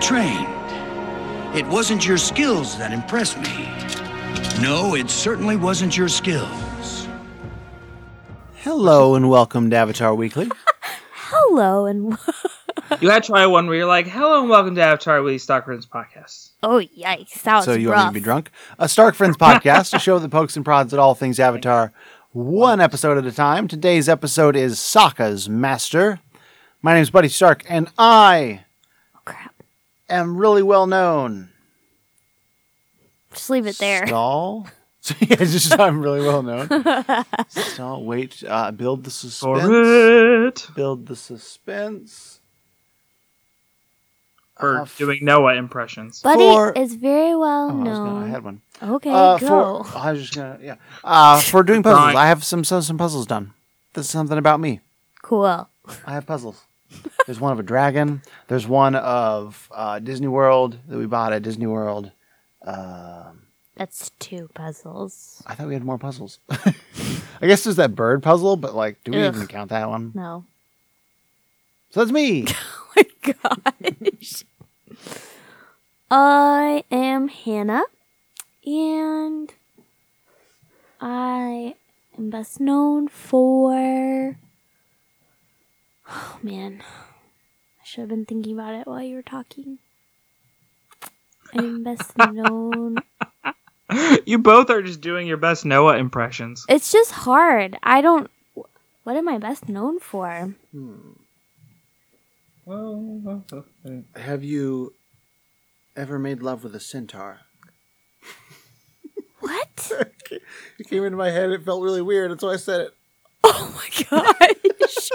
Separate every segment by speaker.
Speaker 1: trained. It wasn't your skills that impressed me. No, it certainly wasn't your skills.
Speaker 2: Hello and welcome to Avatar Weekly.
Speaker 3: Hello and
Speaker 4: You gotta try one where you're like, "Hello and welcome to Avatar Willie Stockman's podcast."
Speaker 3: oh yikes, that was
Speaker 2: so you
Speaker 3: rough.
Speaker 2: want me to be drunk? A Stark Friends podcast, a show that pokes and prods at all things Avatar, one episode at a time. Today's episode is Sokka's Master. My name's Buddy Stark, and I
Speaker 3: Oh, crap.
Speaker 2: am really well known.
Speaker 3: Just leave it there.
Speaker 2: Stall. yeah, just I'm really well known. Stall. Wait. Uh, build the
Speaker 4: For
Speaker 2: suspense.
Speaker 4: it,
Speaker 2: Build the suspense.
Speaker 4: for
Speaker 2: Uh,
Speaker 4: doing Noah impressions.
Speaker 3: Buddy
Speaker 2: for-
Speaker 3: is very well
Speaker 2: Oh, I, was gonna, I
Speaker 3: known.
Speaker 2: had one.
Speaker 3: Okay,
Speaker 2: Uh,
Speaker 3: go.
Speaker 2: for I was just gonna yeah. Uh, for doing puzzles,
Speaker 4: Right.
Speaker 2: I have some, some some puzzles done. This is something about me.
Speaker 3: Cool.
Speaker 2: I have puzzles. There's one of a dragon. There's one of uh, Disney World that we bought at Disney World. Um
Speaker 3: That's two puzzles.
Speaker 2: I thought we had more puzzles. I guess there's that bird puzzle, but like, do we
Speaker 3: Ugh.
Speaker 2: even count that one?
Speaker 3: No.
Speaker 2: So that's me.
Speaker 3: Oh my gosh. I am Hannah, and I am best known for. Oh man, I should have been thinking about it while you were talking. I'm best known.
Speaker 4: you both are just doing your best Noah impressions.
Speaker 3: It's just hard. I don't. What am I best known for?
Speaker 4: That's
Speaker 2: Have you ever made love with a centaur?
Speaker 3: What?
Speaker 2: It came into my head. It felt really weird. That's why I said it.
Speaker 3: Oh my gosh.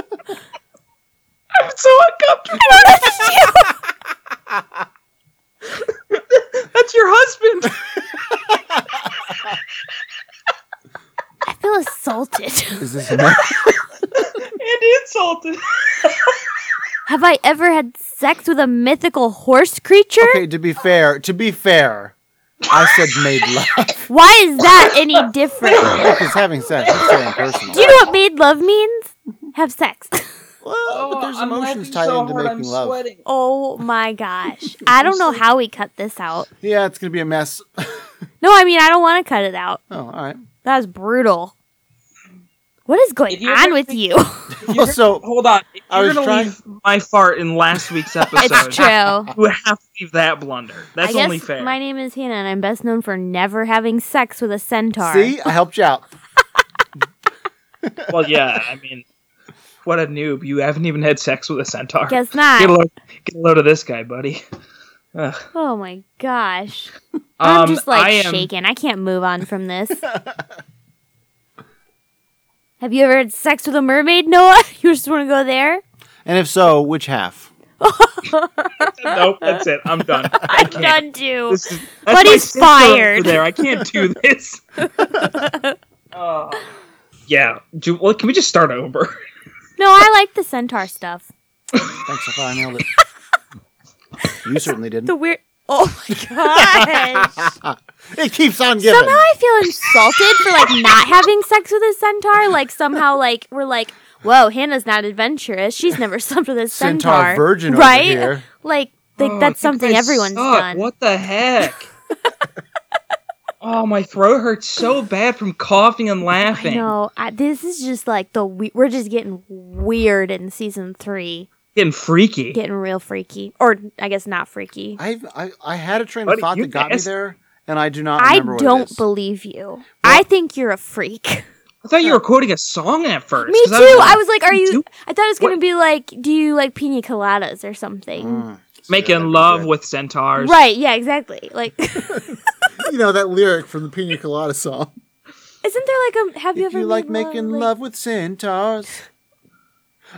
Speaker 4: so uncomfortable. That's your husband.
Speaker 3: I feel assaulted.
Speaker 2: Is this enough?
Speaker 4: and insulted.
Speaker 3: Have I ever had sex with a mythical horse creature?
Speaker 2: okay? To be fair, to be fair, I said made love
Speaker 3: Why is that any different?
Speaker 2: because having sex is so impersonal.
Speaker 3: Do you know what made love means? Have sex.
Speaker 2: Well, but there's emotions tied into making love.
Speaker 3: oh my gosh. I don't know how we cut this out.
Speaker 2: Yeah, it's gonna be a mess. oh,
Speaker 3: No, I mean, I don't want to cut it out.
Speaker 2: all right.
Speaker 3: That was brutal. What is going
Speaker 4: If you
Speaker 3: on
Speaker 4: ever
Speaker 3: with
Speaker 4: think-
Speaker 3: you?
Speaker 2: Well, so
Speaker 4: Hold on. If
Speaker 2: I
Speaker 4: You're
Speaker 2: was
Speaker 4: gonna
Speaker 2: trying-
Speaker 4: leave my fart in last week's episode.
Speaker 3: it's true.
Speaker 4: You have to leave that blunder. That's
Speaker 3: I guess
Speaker 4: only fair.
Speaker 3: my name is Hannah, and I'm best known for never having sex with a centaur.
Speaker 2: see, I helped you out.
Speaker 4: Well, yeah. I mean, what a noob! You haven't even had sex with a centaur.
Speaker 3: Guess
Speaker 4: Get a
Speaker 3: not.
Speaker 4: load, get a load of this guy, buddy. Ugh.
Speaker 3: Oh my gosh. I'm just like
Speaker 4: Um, I am-
Speaker 3: shaken. I can't move on from this. Have you ever had sex with a mermaid, Noah? You just want to go there?
Speaker 2: And if so, which half?
Speaker 4: Nope, that's it. I'm done. I
Speaker 3: I'm
Speaker 4: can't.
Speaker 3: done too.
Speaker 4: This is- that's
Speaker 3: But
Speaker 4: my
Speaker 3: he's
Speaker 4: sister over
Speaker 3: fired.
Speaker 4: There, I can't do this. Oh. yeah. Do, well, can we just start over?
Speaker 3: No, I like the centaur stuff.
Speaker 2: Thanks, I thought I nailed it. you certainly didn't.
Speaker 3: The weird. Oh my gosh.
Speaker 2: It keeps on giving.
Speaker 3: somehow I feel insulted for like not having sex with a centaur. Like somehow, like we're like, whoa, Hannah's not adventurous. She's never slept with a
Speaker 2: Centaur
Speaker 3: centaur.
Speaker 2: virgin over
Speaker 3: right?
Speaker 2: here.
Speaker 3: Like, like
Speaker 4: Oh,
Speaker 3: that's
Speaker 4: you
Speaker 3: something
Speaker 4: guys
Speaker 3: everyone's
Speaker 4: suck.
Speaker 3: done.
Speaker 4: What the heck? oh, my throat hurts so bad from coughing and
Speaker 3: I
Speaker 4: laughing.
Speaker 3: know. I, this is just like the we- we're just getting weird in season three,
Speaker 4: Getting freaky.
Speaker 3: getting real freaky, or I guess not freaky. I,
Speaker 2: I've, I I had a train
Speaker 4: Buddy,
Speaker 2: of thought
Speaker 4: you
Speaker 2: that got me
Speaker 4: asked-
Speaker 2: there, and I do not remember what it
Speaker 3: don't
Speaker 2: is.
Speaker 3: believe you. I think you're a freak.
Speaker 4: I thought you were quoting a song at first.
Speaker 3: Me
Speaker 4: 'cause
Speaker 3: too.
Speaker 4: was like,
Speaker 3: I was like, are
Speaker 4: you
Speaker 3: you?
Speaker 4: do-
Speaker 3: I thought it was gonna
Speaker 4: what-
Speaker 3: be like, do you like pina coladas or something?
Speaker 2: Mm.
Speaker 4: making love with centaurs.
Speaker 3: Right. Yeah. Exactly. Like,
Speaker 2: you know that lyric from the Pina Colada song.
Speaker 3: isn't there like a? Have you
Speaker 2: If
Speaker 3: ever
Speaker 2: you like
Speaker 3: made
Speaker 2: making
Speaker 3: like-
Speaker 2: love with centaurs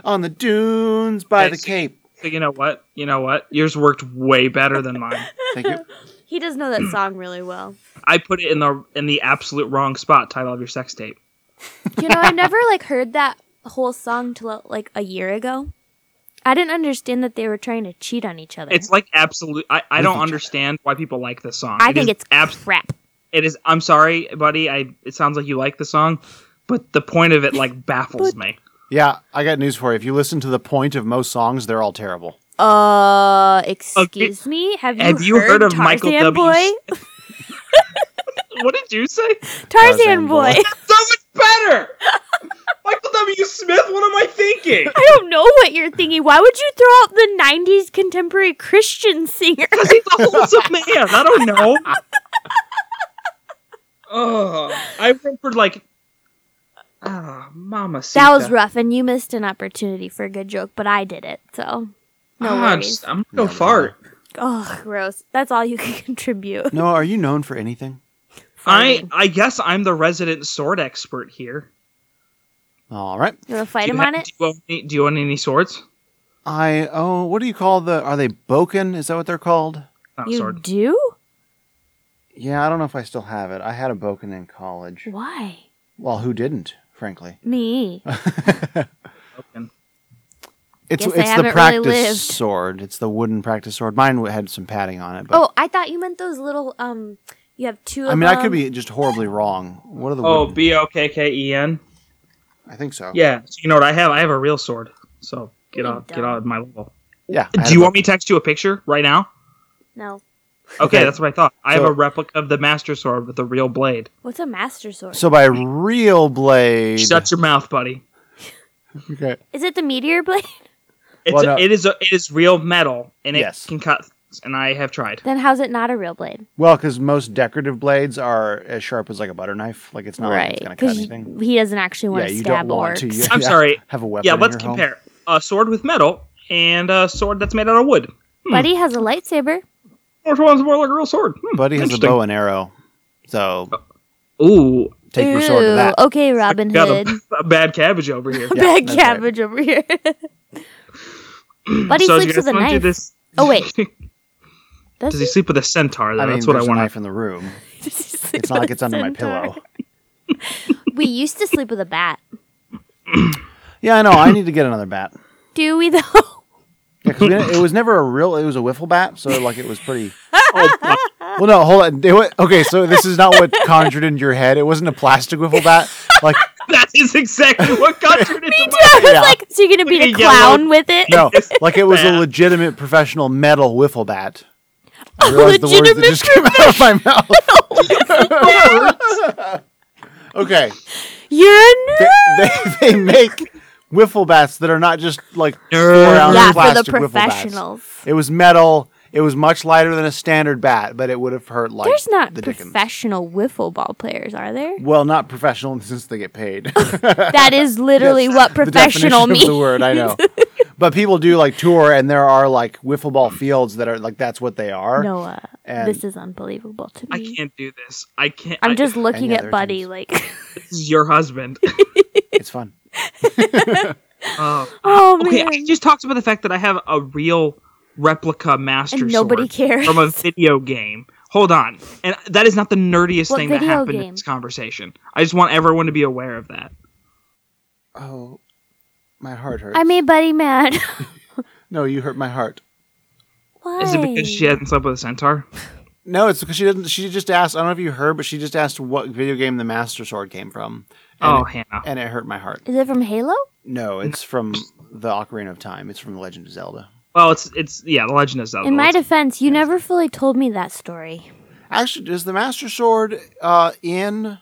Speaker 2: on the dunes by the
Speaker 4: Nice.
Speaker 2: Cape.
Speaker 4: So you know what? You know what? Yours worked way better than mine.
Speaker 2: Thank you.
Speaker 3: He does know that song really well.
Speaker 4: I put it in the in the absolute wrong spot. Title of your sex tape.
Speaker 3: You know, I never like heard that whole song till like a year ago. I didn't understand that they were trying to cheat on each other.
Speaker 4: It's like absolute. I, I
Speaker 2: each
Speaker 4: don't
Speaker 2: other.
Speaker 4: understand why people like this song.
Speaker 3: I
Speaker 4: It
Speaker 3: think
Speaker 4: is
Speaker 3: it's
Speaker 4: abs-
Speaker 3: crap.
Speaker 4: It is. I'm sorry, buddy. I. It sounds like you like the song, but the point of it like baffles me.
Speaker 2: Yeah, I got news for you. If you listen to the point of most songs, they're all terrible.
Speaker 3: Uh, excuse me. Have you,
Speaker 4: have you heard of
Speaker 3: Tarzan
Speaker 4: Michael
Speaker 3: Boy?
Speaker 4: W. what did you say?
Speaker 3: Tarzan,
Speaker 2: Tarzan
Speaker 3: Boy.
Speaker 2: Boy.
Speaker 4: So much better. Michael W. Smith. What am I thinking?
Speaker 3: I don't know what you're thinking. Why would you throw out the '90s contemporary Christian singer?
Speaker 4: Because he's a wholesome man. I don't know. oh, I whimpered like, ah, mama.
Speaker 3: That was rough, and you missed an opportunity for a good joke, but I did it. So, no
Speaker 4: Ah, I'm,
Speaker 3: worries.
Speaker 4: just, I'm gonna
Speaker 2: No,
Speaker 4: go fart.
Speaker 3: Oh, gross. That's all you can contribute.
Speaker 2: Noah, are you known for anything?
Speaker 4: I
Speaker 3: Fine.
Speaker 4: I guess I'm the resident sword expert here.
Speaker 2: All right.
Speaker 3: You want to fight
Speaker 4: do
Speaker 3: him
Speaker 4: you
Speaker 3: on
Speaker 4: ha-
Speaker 3: it?
Speaker 4: Do you, own any, do you own any swords?
Speaker 2: I oh, what do you call the? Are they boken? Is that what they're called?
Speaker 4: Not
Speaker 3: You
Speaker 4: sword.
Speaker 3: do?
Speaker 2: Yeah, I don't know if I still have it. I had a boken in college.
Speaker 3: Why?
Speaker 2: Well, who didn't, frankly? Uh,
Speaker 3: Me.
Speaker 4: Okay.
Speaker 2: It's it's
Speaker 3: Guess I
Speaker 2: the
Speaker 3: haven't really
Speaker 2: practice
Speaker 3: lived.
Speaker 2: sword. It's the wooden practice sword. Mine w- had some padding on it, but
Speaker 3: Oh, I thought you meant those little, um, you have two of
Speaker 2: I mean, I could
Speaker 3: them.
Speaker 2: be just horribly wrong. What are the?
Speaker 4: Oh,
Speaker 2: wooden-
Speaker 4: B O K K E N.
Speaker 2: I think so.
Speaker 4: Yeah. So you know what I have? I have a real sword. So get
Speaker 3: You're
Speaker 4: off, get out of my level.
Speaker 2: yeah. I had
Speaker 4: Do you
Speaker 2: a
Speaker 4: want me to text you a picture right now?
Speaker 3: No.
Speaker 4: Okay,
Speaker 2: Okay.
Speaker 4: that's what I thought. I have
Speaker 2: So-
Speaker 4: a replica of the master sword with a real blade.
Speaker 3: What's a master sword?
Speaker 2: So by real blade,
Speaker 4: Shut your mouth, buddy.
Speaker 2: okay.
Speaker 3: Is it the meteor blade?
Speaker 4: It's
Speaker 2: Well, no.
Speaker 4: it is a, it is real metal and it
Speaker 2: Yes.
Speaker 4: can cut. things, And I have tried.
Speaker 3: then how's it not a real blade?
Speaker 2: Well, because most decorative blades are as sharp as like a butter knife. Like it's not like Oh, it's gonna cut
Speaker 3: Because
Speaker 2: anything.
Speaker 3: he doesn't actually want
Speaker 2: Yeah,
Speaker 3: to
Speaker 2: you
Speaker 3: stab
Speaker 2: don't want to.
Speaker 3: orcs.
Speaker 2: You
Speaker 4: I'm
Speaker 2: have-
Speaker 4: sorry.
Speaker 2: Have a weapon.
Speaker 4: Yeah,
Speaker 2: in
Speaker 4: let's
Speaker 2: your home.
Speaker 4: compare a sword with metal and a sword that's made out of wood.
Speaker 3: Buddy has a lightsaber.
Speaker 4: Which one's more like a real sword? Hmm,
Speaker 2: Buddy has a
Speaker 4: interesting.
Speaker 2: bow and arrow, so
Speaker 4: Ooh,
Speaker 2: take your sword to
Speaker 3: Ooh,
Speaker 2: that.
Speaker 3: Okay, Robin
Speaker 4: got
Speaker 3: Hood.
Speaker 4: Hmm. a, a bad cabbage over here.
Speaker 2: Yeah,
Speaker 3: Bad
Speaker 2: that's right.
Speaker 3: cabbage over here. Buddy
Speaker 4: so do you
Speaker 3: sleeps
Speaker 4: guys
Speaker 3: with a
Speaker 4: wanna do
Speaker 3: knife.
Speaker 4: this?
Speaker 3: Oh, wait.
Speaker 4: Does he sleep with a centaur? Though?
Speaker 2: I mean,
Speaker 4: that's what I
Speaker 2: there's a
Speaker 4: want.
Speaker 2: knife in the room.
Speaker 3: Does he sleep
Speaker 2: It's not
Speaker 3: with
Speaker 2: like
Speaker 3: a
Speaker 2: it's under my
Speaker 3: centaur?
Speaker 2: pillow.
Speaker 3: We used to sleep with a bat.
Speaker 2: Yeah, I know. I need to get another bat.
Speaker 3: Do we though?
Speaker 2: Yeah, 'cause we didn't- it was never a real. It was a wiffle bat, so like it was pretty. Oh, well, no, hold on. It wa- okay, so this is not what conjured into your head. It wasn't a plastic wiffle bat. Like
Speaker 4: That is exactly what got you into my
Speaker 3: I was
Speaker 2: Yeah.
Speaker 3: like, so you're gonna beat a
Speaker 4: Yellow.
Speaker 3: clown with it?
Speaker 2: no, like it was a
Speaker 4: Bat.
Speaker 2: legitimate professional metal wiffle bat. I realized the words that
Speaker 3: legitimate
Speaker 2: just came out of my mouth. okay,
Speaker 3: You're a
Speaker 2: they,
Speaker 3: nerd.
Speaker 2: they, they make wiffle bats that are not just like
Speaker 4: Nerd.
Speaker 2: four-ounce
Speaker 3: Yeah, for the
Speaker 2: plastic wiffle bats.
Speaker 3: professionals.
Speaker 2: It was metal. It was much lighter than a standard bat, but it would have hurt like
Speaker 3: There's not
Speaker 2: the Dickens.
Speaker 3: professional wiffle ball players, are there?
Speaker 2: Well, not professional since they get paid.
Speaker 3: That is literally
Speaker 2: Yes,
Speaker 3: what
Speaker 2: the
Speaker 3: professional
Speaker 2: definition of
Speaker 3: means.
Speaker 2: the word I know. but people do like tour, and there are like wiffle ball fields that are like that's what they are.
Speaker 3: Noah,
Speaker 2: And-
Speaker 3: uh, this is unbelievable to
Speaker 4: I
Speaker 3: me.
Speaker 4: can't do this. I can't. I,
Speaker 3: I'm just looking
Speaker 2: yeah,
Speaker 3: at
Speaker 2: there are
Speaker 3: Buddy
Speaker 2: times.
Speaker 3: like,
Speaker 4: This is your husband.
Speaker 2: It's fun.
Speaker 4: Oh.
Speaker 3: oh
Speaker 4: okay,
Speaker 3: man,
Speaker 4: I just talked about the fact that I have a real replica master
Speaker 3: and nobody
Speaker 4: sword
Speaker 3: cares.
Speaker 4: from a video game. Hold on, and that is not the nerdiest
Speaker 3: What
Speaker 4: thing that
Speaker 3: video
Speaker 4: happened
Speaker 3: game?
Speaker 4: in this conversation. I just want everyone to be aware of that.
Speaker 2: Oh, my heart hurts.
Speaker 3: I made Buddy mad.
Speaker 2: no, you hurt my heart.
Speaker 3: Why?
Speaker 4: Is it because she hasn't slept with a centaur?
Speaker 2: No, it's because she didn't. She just asked. I don't know if you heard, but she just asked what video game the Master Sword came from. And
Speaker 4: oh,
Speaker 2: it,
Speaker 4: Hannah.
Speaker 2: and it hurt my heart.
Speaker 3: Is it from Halo?
Speaker 2: No, it's from the Ocarina of Time. It's from The Legend of Zelda.
Speaker 4: Well, it's it's yeah, the Legend of Zelda.
Speaker 3: In my
Speaker 4: It's-
Speaker 3: defense, you never fully told me that story.
Speaker 2: Actually, is the Master Sword uh, in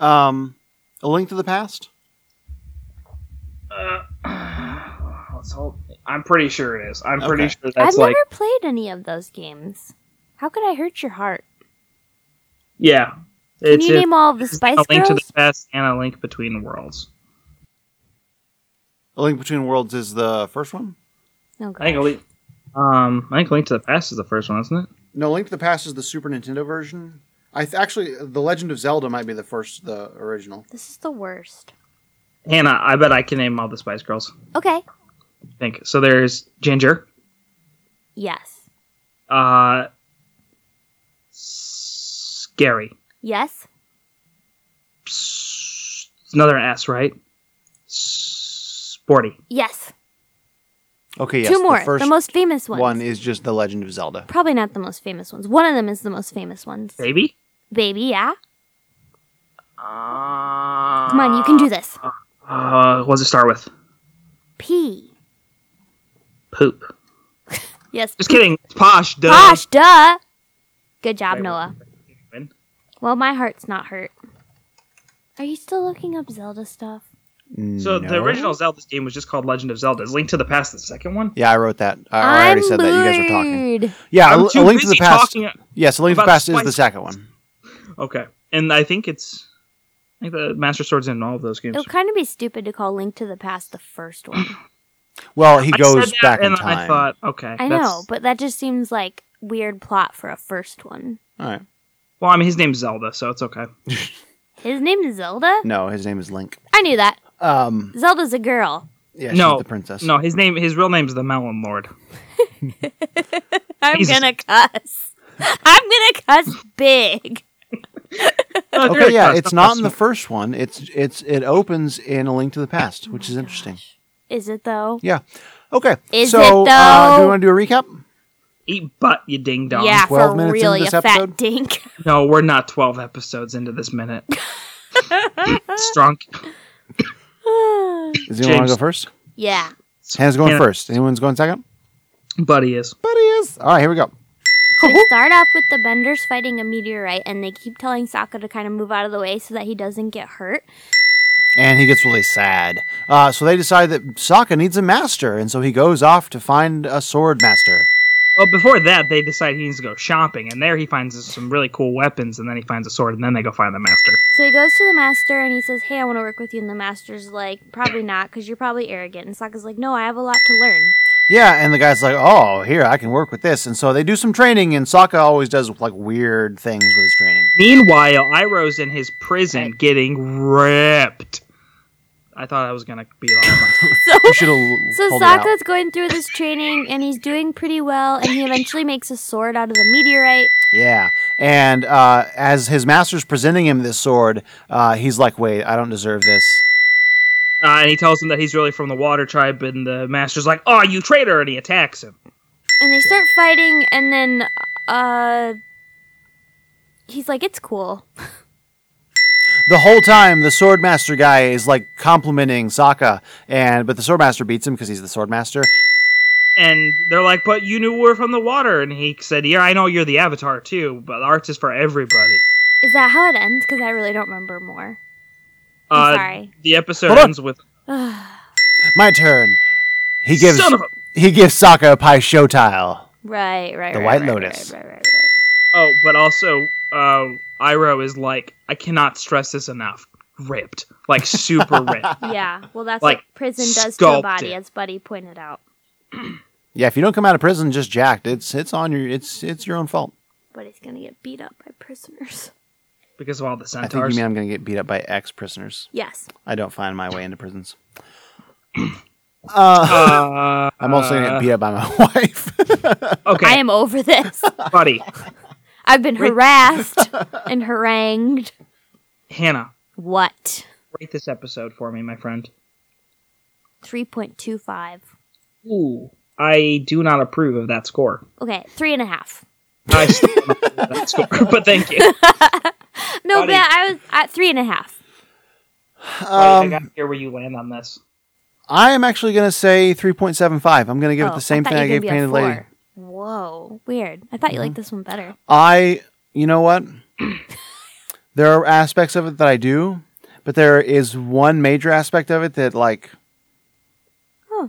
Speaker 2: um, A Link to the Past?
Speaker 4: Uh, let's hope- I'm pretty sure it is. I'm pretty
Speaker 2: Okay.
Speaker 4: sure that's
Speaker 3: I've
Speaker 4: like
Speaker 3: never played any of those games. How could I hurt your heart?
Speaker 4: yeah.
Speaker 3: Can
Speaker 4: It's
Speaker 3: you
Speaker 4: in
Speaker 3: name all of the Spice
Speaker 4: a link
Speaker 3: Girls?
Speaker 4: to the past and a link between worlds.
Speaker 2: A Link Between Worlds is the first one.
Speaker 3: oh,
Speaker 4: I think a
Speaker 3: God.
Speaker 4: link. Um, I think a link to the past is the first one, isn't it?
Speaker 2: No, Link to the Past is the Super Nintendo version. I th- actually, The Legend of Zelda might be the first, the original.
Speaker 3: This is the worst.
Speaker 4: Hannah, I bet I can name all the Spice Girls.
Speaker 3: Okay.
Speaker 4: I think so. There's Ginger.
Speaker 3: Yes.
Speaker 4: Uh, scary.
Speaker 3: Yes.
Speaker 4: It's another S, right? Sporty.
Speaker 3: Yes.
Speaker 2: Okay, yes,
Speaker 3: Two more.
Speaker 2: The
Speaker 3: The,
Speaker 2: first
Speaker 3: most famous ones.
Speaker 2: one is just The Legend of Zelda.
Speaker 3: Probably not the most famous ones. One of them is the most famous ones.
Speaker 4: Baby.
Speaker 3: Baby, yeah?
Speaker 4: Uh,
Speaker 3: Come on, you can do this.
Speaker 4: Uh, what does it start with?
Speaker 3: P.
Speaker 4: Poop.
Speaker 3: Yes.
Speaker 4: Just kidding. It's Posh, duh.
Speaker 3: Gosh, duh. Good job,
Speaker 4: Wait,
Speaker 3: Noah.
Speaker 4: wait.
Speaker 3: Well, my heart's not hurt. Are you still looking up Zelda stuff?
Speaker 4: So the
Speaker 2: No.
Speaker 4: original Zelda game was just called Legend of Zelda. Is Link to the Past the second one?
Speaker 2: Yeah, I wrote that. I, I already
Speaker 3: I'm
Speaker 2: said that. You guys were talking.
Speaker 3: lured.
Speaker 2: Yeah,
Speaker 4: I'm
Speaker 2: A-
Speaker 4: too
Speaker 2: a link to the
Speaker 4: busy
Speaker 2: past.
Speaker 4: talking-
Speaker 2: Yes, a link to the
Speaker 4: about
Speaker 2: past is the
Speaker 4: Spice
Speaker 2: second one.
Speaker 4: Okay, and I think it's I think the Master Sword's in all of those games.
Speaker 3: It would kind of be stupid to call Link to the Past the first one.
Speaker 2: Well, he
Speaker 4: I
Speaker 2: goes
Speaker 4: said that
Speaker 2: back in
Speaker 4: and
Speaker 2: time.
Speaker 4: I thought, okay,
Speaker 3: I
Speaker 4: that's-
Speaker 3: know, but that just seems like weird plot for a first one.
Speaker 2: All right.
Speaker 4: Well, I mean, his name's Zelda, so it's okay.
Speaker 3: His name is Zelda?
Speaker 2: No, his name is Link.
Speaker 3: I knew that.
Speaker 2: Um,
Speaker 3: Zelda's a girl.
Speaker 2: yeah,
Speaker 4: no,
Speaker 2: she's the princess.
Speaker 4: No, his name, his real name's the Melon Lord.
Speaker 3: I'm
Speaker 4: Jesus.
Speaker 3: gonna cuss. I'm gonna cuss big.
Speaker 2: Okay, yeah, it's not in the first one. It's it's it opens in A Link to the Past, which is interesting.
Speaker 3: Is it though?
Speaker 2: Yeah. Okay.
Speaker 3: Is
Speaker 2: so,
Speaker 3: it,
Speaker 2: Uh, do
Speaker 3: though?
Speaker 2: we want to do a recap?
Speaker 4: eat butt, you ding dong.
Speaker 3: Yeah,
Speaker 2: 12
Speaker 3: for
Speaker 2: minutes into
Speaker 3: really a
Speaker 2: this
Speaker 3: fat
Speaker 2: episode?
Speaker 3: dink.
Speaker 4: No, we're not twelve episodes into this minute. Strunk.
Speaker 2: Does anyone want to
Speaker 4: James.
Speaker 2: go first?
Speaker 3: yeah.
Speaker 2: Hannah's going
Speaker 4: Hannah.
Speaker 2: first. Anyone's going second?
Speaker 4: Buddy is.
Speaker 2: Buddy is. All right, here we go.
Speaker 3: We start off with the Benders fighting a meteorite, and they keep telling Sokka to kind of move out of the way so that he doesn't get hurt.
Speaker 2: And he gets really sad. Uh, so they decide that Sokka needs a master, and so he goes off to find a sword master.
Speaker 4: Well, before that, they decide he needs to go shopping, and there he finds some really cool weapons, and then he finds a sword, and then they go find the master.
Speaker 3: So he goes to the master and he says, Hey, I want to work with you. And the master's like, Probably not, because you're probably arrogant. And Sokka's like, No, I have a lot to learn.
Speaker 2: Yeah, and the guy's like, "Oh, here I can work with this," and so they do some training. And Sokka always does like weird things with his training.
Speaker 4: Meanwhile, Iroh's in his prison getting ripped. I thought I was gonna be a lot of fun.
Speaker 2: You should have
Speaker 3: So
Speaker 2: pulled it out.
Speaker 3: Sokka's going through this training and he's doing pretty well. And he eventually makes a sword out of the meteorite.
Speaker 2: Yeah, and uh, as his master's presenting him this sword, uh, he's like, "Wait, I don't deserve this."
Speaker 4: Uh, and he tells him that he's really from the Water Tribe, and the master's like, "Oh, you traitor!" and he attacks him.
Speaker 3: And they start fighting. And then uh, he's like, It's cool.
Speaker 2: The whole time, the swordmaster guy is like complimenting Sokka, and but the swordmaster beats him because he's the swordmaster.
Speaker 4: And they're like, "But you knew we were from the water," and he said, "Yeah, I know you're the Avatar too, but art is for everybody."
Speaker 3: Is that how it ends? Because I really don't remember more. I'm
Speaker 4: Uh,
Speaker 3: sorry.
Speaker 4: The episode
Speaker 2: Hold on.
Speaker 4: ends with
Speaker 2: My turn. He gives
Speaker 4: son of a.
Speaker 2: he gives Sokka a pie show tile.
Speaker 3: Right, right,
Speaker 2: The
Speaker 3: right,
Speaker 2: White
Speaker 3: right,
Speaker 2: Lotus.
Speaker 3: Right, right, right, right.
Speaker 4: Oh, but also, uh, Iroh is like, I cannot stress this enough. Ripped, like super ripped.
Speaker 3: Yeah, well, that's
Speaker 4: Like,
Speaker 3: what prison does to a body,
Speaker 4: sculpted.
Speaker 3: as Buddy pointed out.
Speaker 2: Yeah, if you don't come out of prison just jacked, it's it's on your it's it's your own fault.
Speaker 3: Buddy's gonna get beat up by prisoners.
Speaker 4: because of all the
Speaker 2: I think you
Speaker 4: centaurs.
Speaker 2: mean I'm going to get beat up by ex prisoners.
Speaker 3: Yes.
Speaker 2: I don't find my way into prisons.
Speaker 4: uh,
Speaker 2: I'm also going to get beat up by my wife.
Speaker 4: okay,
Speaker 3: I am over this.
Speaker 4: buddy,
Speaker 3: I've been harassed and harangued.
Speaker 4: Hannah,
Speaker 3: What?
Speaker 4: rate this episode for me, my friend.
Speaker 3: 3.25.
Speaker 4: Ooh, I do not approve of that score.
Speaker 3: Okay, three and a half.
Speaker 4: I still don't approve of that score, but thank you.
Speaker 3: No,
Speaker 4: Buddy.
Speaker 3: but I was at three and a half.
Speaker 4: I got to hear where you land on this.
Speaker 2: I am actually going to say 3.75. I'm going to give
Speaker 3: Oh,
Speaker 2: it the same
Speaker 3: thought
Speaker 2: thing
Speaker 3: you
Speaker 2: I gave
Speaker 3: gave me a
Speaker 2: Painted Lady. Mm-hmm.
Speaker 3: four. Whoa, weird. I thought you liked this one better.
Speaker 2: I, you know what? there are aspects of it that I do, but there is one major aspect of it that like
Speaker 3: Huh.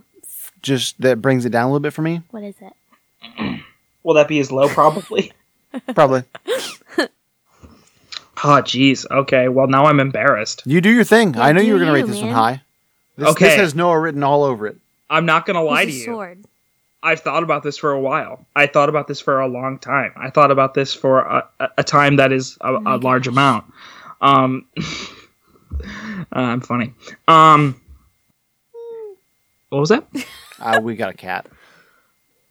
Speaker 2: just that brings it down a little bit for me,
Speaker 3: What is it?
Speaker 4: Will that be as low? Probably.
Speaker 2: probably.
Speaker 4: oh, jeez. Okay. Well, now I'm embarrassed.
Speaker 2: you do your thing. I know
Speaker 3: do
Speaker 2: you were going to
Speaker 3: you,
Speaker 2: rate this
Speaker 3: man.
Speaker 2: one high. This, this
Speaker 4: Okay.
Speaker 2: has Noah written all over it.
Speaker 4: I'm not gonna lie
Speaker 3: He's a
Speaker 4: to you.
Speaker 3: sword.
Speaker 4: I've thought about this for a while. I thought about this for a long time. I thought about this for a, a, a time that is a, a large amount. Um, uh, I'm funny. Um, what was that?
Speaker 2: Uh, we got a cat.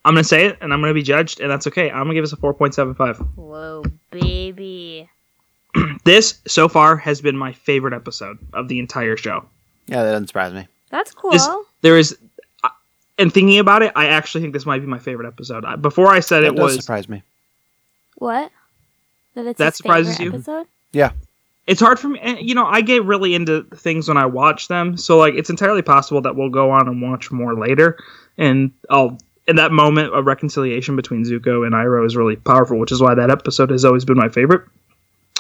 Speaker 4: I'm gonna say it, and I'm gonna be judged, and that's okay. I'm gonna give us a 4.75.
Speaker 3: Whoa, baby.
Speaker 4: This so far has been my favorite episode of the entire show.
Speaker 2: Yeah, that doesn't surprise me.
Speaker 3: That's cool.
Speaker 4: This there is, I- and thinking about it, I actually think this might be my favorite episode. I- Before I said
Speaker 2: That
Speaker 4: it
Speaker 2: does
Speaker 4: was
Speaker 2: surprise me.
Speaker 3: What? That it's
Speaker 4: That
Speaker 3: his
Speaker 4: surprises
Speaker 3: favorite
Speaker 4: you?
Speaker 3: Episode?
Speaker 2: Yeah,
Speaker 4: it's hard for me and, you know i get really into things when i watch them so like it's entirely possible that we'll go on and watch more later and i'll in that moment, a reconciliation between Zuko and Iroh is really powerful, which is why that episode has always been my favorite.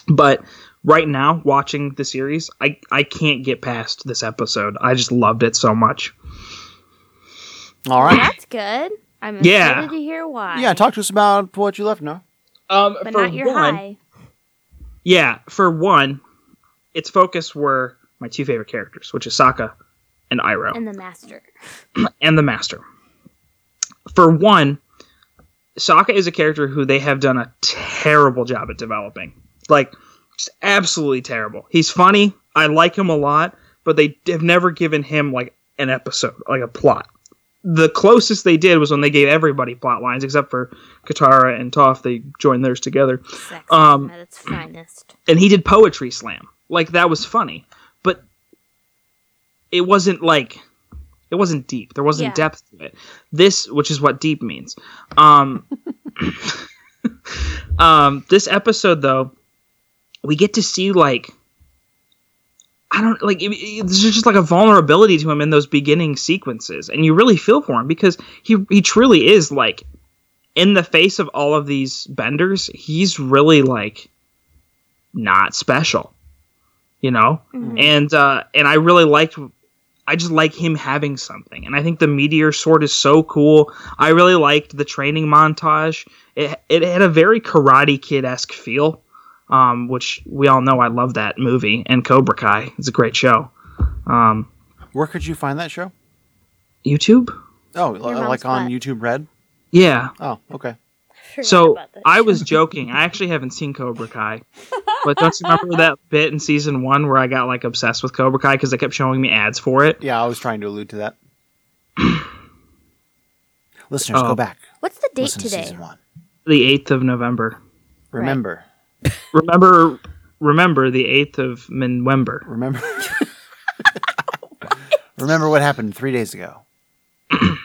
Speaker 4: But right now, watching the series, I I can't get past this episode. I just loved it so much.
Speaker 2: All right.
Speaker 3: That's good. I'm excited
Speaker 4: Yeah.
Speaker 3: to hear why.
Speaker 2: Yeah, talk to us about what you left now.
Speaker 4: Um,
Speaker 3: but
Speaker 4: for
Speaker 3: not your
Speaker 4: one-
Speaker 3: high.
Speaker 4: Yeah, for one, its focus were my two favorite characters, which is Sokka and Iroh.
Speaker 3: And the master.
Speaker 4: and the Master. For one, Sokka is a character who they have done a terrible job at developing. Like, just absolutely terrible. He's funny. I like him a lot, but they have never given him, like, an episode, like a plot. The closest they did was when they gave everybody plot lines, except for Katara and Toph. They joined theirs together
Speaker 3: Sexism
Speaker 4: Um,
Speaker 3: at its finest.
Speaker 4: and he did poetry slam like that was funny but it wasn't like it wasn't deep there wasn't
Speaker 3: Yeah.
Speaker 4: depth to it this which is what deep means um um this episode though we get to see like i don't like it- it- there's just like a vulnerability to him in those beginning sequences and you really feel for him because he he truly is like in the face of all of these benders he's really like not special you know
Speaker 3: Mhm.
Speaker 4: and uh and i really liked i just like him having something and i think the meteor sword is so cool i really liked the training montage it, it had a very karate kid-esque feel um which we all know i love that movie and cobra kai it's a great show um
Speaker 2: Where could you find that show?
Speaker 4: youtube
Speaker 2: Oh,
Speaker 3: mom's
Speaker 2: like on
Speaker 3: butt.
Speaker 2: YouTube Red?
Speaker 4: yeah
Speaker 2: Oh, okay.
Speaker 3: Forgot
Speaker 4: so
Speaker 3: about that
Speaker 4: I
Speaker 3: shit.
Speaker 4: was joking. I actually haven't seen Cobra Kai, but don't you remember that bit in season one where I got like obsessed with Cobra Kai because they kept showing me ads for it?
Speaker 2: Yeah, I was trying to allude to that. Listeners,
Speaker 4: Oh.
Speaker 2: go back.
Speaker 3: What's the date
Speaker 2: Listen to
Speaker 3: today?
Speaker 2: season one.
Speaker 4: The eighth of November.
Speaker 2: Remember.
Speaker 4: Remember, remember the eighth of November.
Speaker 2: Remember. remember what happened three days ago.